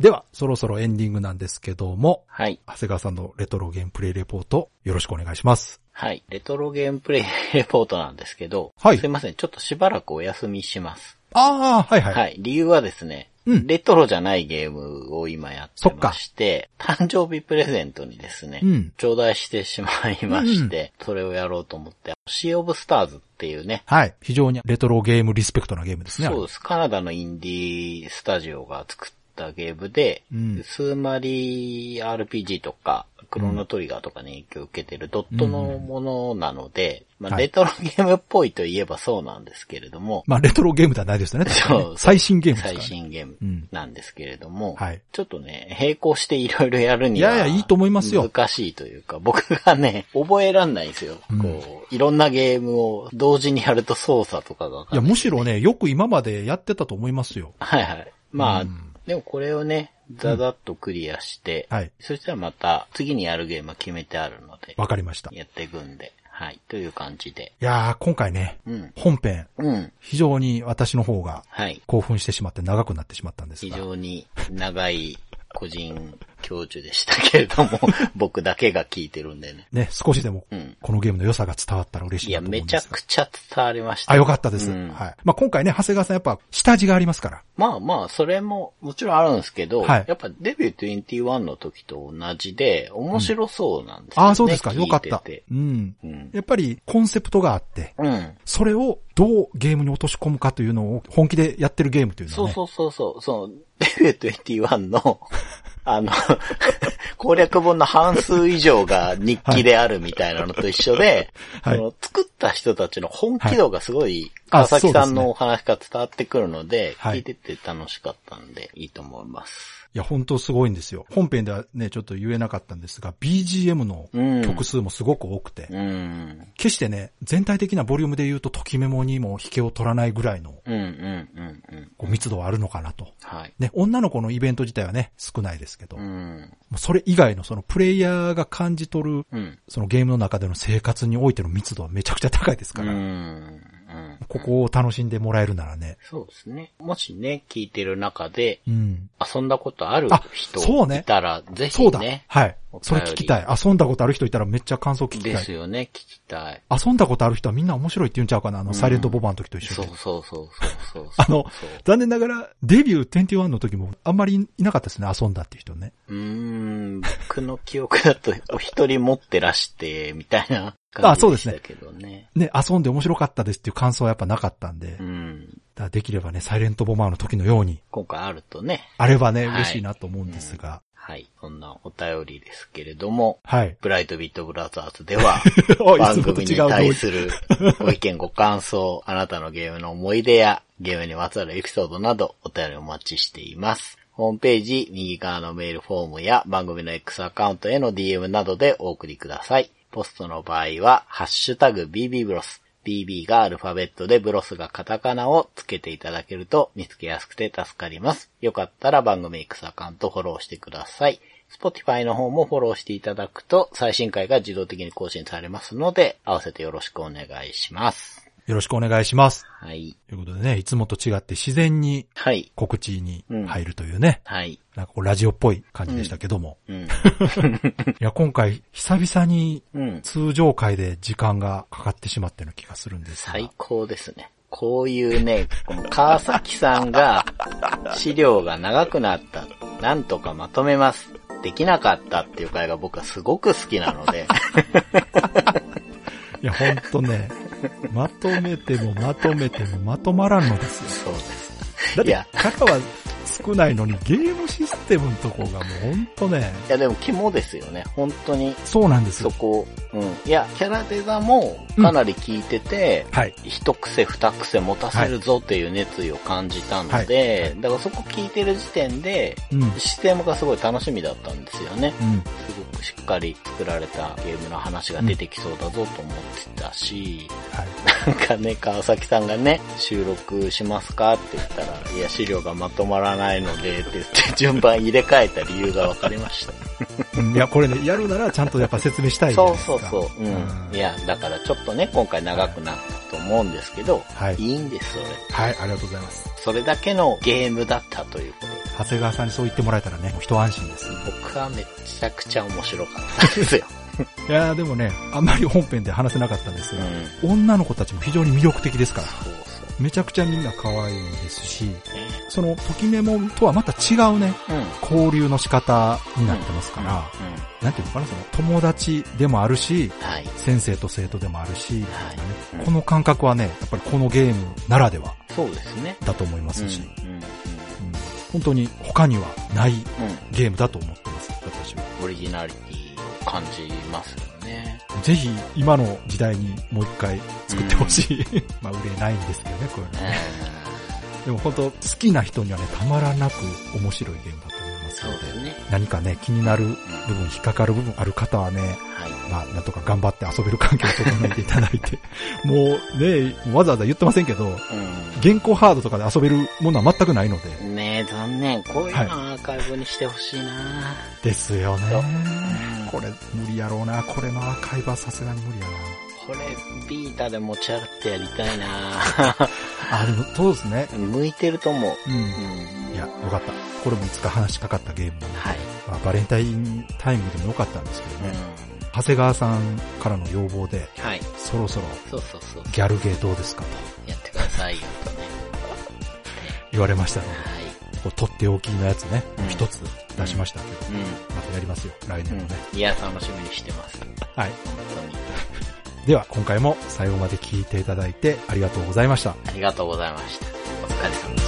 では、そろそろエンディングなんですけども、はい。長谷川さんのレトロゲームプレイレポート、よろしくお願いします。はい。レトロゲームプレイレポートなんですけど。はいすいません。ちょっとしばらくお休みします。ああ、はいはい。はい。理由はですね。うんレトロじゃないゲームを今やってまして、誕生日プレゼントにですね、うん。頂戴してしまいまして、それをやろうと思って、シー・オブ・スターズっていうね、はい。非常にレトロゲームリスペクトなゲームですね。そうです。カナダのインディースタジオが作ったゲームで、うんスーマリ RPG とか、クロノトリガーとかに影響を受けてるドットのものなので、まあ、はいレトロゲームっぽいといえばそうなんですけれども、まあ、レトロゲームではないですよね。確かにねそう最新ゲームですから、最ね。新ゲームうんなんですけれども、はいちょっとね、並行していろいろやるには、いやいやいいと思いますよ難しいというか、僕がね、覚えらんないんですよ。うんこう、いろんなゲームを同時にやると操作とかがわいかんや、ないむしろね、よく今までやってたと思いますよ。はいはい。まあ、うんでもこれをね、ザザッとクリアして、はい。そしたらまた次にやるゲームは決めてあるので、わかりました。いやっていくんで、はい、という感じで。やー、今回ね、うん。本編、うん。非常に私の方がはい。興奮してしまって長くなってしまったんです非が。常に長い個人教授でしたけれ ども、僕だけが聞いてるんでね。ね、少しでもうん。このゲームの良さが伝わったら嬉しいいなや、と思うめんちでゃすが。くちゃ伝わりました。あ、よかったです。うんはい。まあ、今回ね、長谷川さんやっぱ下地がありますから。まあまあ、それももちろんあるんですけど、はいやっぱデビュー21の時と同じで、面白そうなんですよね。ああ、そうですか。よかっ聞いたてて。うん。うん。やっぱりコンセプトがあって、うん。それをどうゲームに落とし込むかというのを本気でやってるゲームというのはそうね。そうそうそう、その、デビュー21の、 あの、攻略本の半数以上が日記であるみたいなのと一緒で、 はいその作った人たちの本気度がすごい、はいあ川崎さそうんですねのお話が伝わってくるので、はい聞いてて楽しかったんで、いいと思います。いや、本当すごいんですよ。本編ではね、ちょっと言えなかったんですが、BGM のうん曲数もすごく多くて、うん。決してね、全体的なボリュームで言うと、ときメモにも引けを取らないぐらいのうんうんうんうん。こう密度はあるのかなと。はい。ね、女の子のイベント自体はね、少ないですけど、うもん。うそれ以外のそのプレイヤーが感じ取る、うん。そのゲームの中での生活においての密度はめちゃくちゃ高いですうから、ん。うんここを楽しんでもらえるならね、そうですね。もしね、聞いてる中で、うん。遊んだことあるあそう人ねいたら、ぜひそうだ。ね、はいお便。りそれ聞きたい。遊んだことある人いたらめっちゃ感想聞きでたすい。よね、聞きたい。遊んだことある人はみんな面白いって言うんちゃうかなあの、うんサイレントボバンの時と一緒そうで。そうそうそうそうそ あう。のそう、残念ながら、デビュー21の時もあんまりいなかったですね、遊んだっていう人ね。うーん、僕の記憶だと、お一人持ってらして、みたいなあ感そうじでですしねたけどね。ね、遊んで面白かったですっていう感想はやっぱなかったんで、だうかん。らできればね、サイレントボバンの時のように、今回あるとね、あればね、はい嬉しいなと思うんですが、はい、そんなお便りですけれども、はい。ブライトビットブラザーズでは、お い番組に対すするご意見ご感想、あなたのゲームの思い出やゲームにまつわるエピソードなどお便りお待ちしています。ホームページ右側のメールフォームや番組の X アカウントへの DM などでお送りください。ポストの場合は、ハッシュタグ BB ブロス。BB がアルファベットでブロスがカタカナをつけていただけると見つけやすくて助かります。よかったら番組 X アカウントフォローしてください。Spotify の方もフォローしていただくと、最新回が自動的に更新されますので、合わせてよろしくお願いします。よろしくお願いします。はい。ということでね、いつもと違って自然にはい。告知に入るというね、はい。なんかこうラジオっぽい感じでしたけども、うん。いや、今回、久々にうん。通常回で時間がかかってしまったような気がするんですが。最高ですね。こういうね、この川崎さん が、資料が長くなった。なんとかまとめます。できなかったっていう回が僕はすごく好きなの で、いや、ほんとね、まとめてもまとめてもまとまらんのですよ。そうです。だっいてや、中は少ないのにゲームシステムのとこがもうほんとね、いやでも肝ですよね。本当にそうなんですそよ。こ、うん。いや、キャラデザもかなり効いてて、はい。一癖二癖持たせるぞっていう熱意を感じたので、だからそこ聞いてる時点で、うん。うん。システムがすごい楽しみだったんですよね。すごくしっかり作られたゲームの話が出てきそうだぞと思ってたし、はい。なんかね、川崎さんがね、収録しますかって言ったら、いや、資料がまとまらないので、って言って順番入れ替えた理由が分かりました。うんいや、これね、やるならちゃんとやっぱ説明したいじゃなそいうですそか。うそう。うん。んいや、だからちょっとね、今回長くなったと思うんですけど、はい。いいんです、それ。はい、ありがとうございます。それだけのゲームだったというこ長と谷川さんにそう言ってもらえたらね、もう一安心です。僕はめちゃくちゃ面白かったですよ。いやーでもね、あんまり本編で話せなかったんですうん。が、そう女の子たちも非常に魅力的ですから、そめちゃくちゃみんな可愛いですし、うね。その、ときメモとはまた違うね、うん。交流の仕方になってますから、うん。なんていうのかな、その、友達でもあるし、はい。先生と生徒でもあるし、はいうんこの感覚はね、やっぱりこのゲームならではそうですね。だと思いまうんすし、うん。うん本当に他にはないうん。うんゲームだと思ってます、私は。オリジナリティを感じますよね。ぜひ、今の時代にもう一回作ってほしい。 まあ、売れないんですけどね、こういうの。でも本当、好きな人にはね、たまらなく面白いゲームだと思いますそうのでで、すね。何かね、気になる部分、引っかかる部分ある方はね、はい。まあ、なんとか頑張って遊べる環境を整えていただいて、 もうね、わざわざ言ってませんけど、現行ハードとかで遊べるものは全くないので、うん。ねえ、残念。こういうのアーカイブにしてほしいな、ですよねそう。これ、無理やろうな。これのアーカイブはさすがに無理やこれ、ビータで持ち歩ってやりたいな な。あ、でも、そうですね。向いてると思うう。ん。うんいや、よかった。これもいつか話しかかったゲームなので、はい。まあ、バレンタインタイムでもよかったんですけどうね。ん。長谷川さんからの要望で、はい。そろそろそうそうそう。ギャルゲーどうですかとやってくださいよとね。言われましたので、はい。こう取っておきのやつねうん、一、つ出しましたけど、うまたやりますよ、来年ん。もね。うん。いや、楽しみにしてます。本はい。当に。では、今回も最後まで聞いていただいてありがとうございました。ありがとうございました。お疲れ様。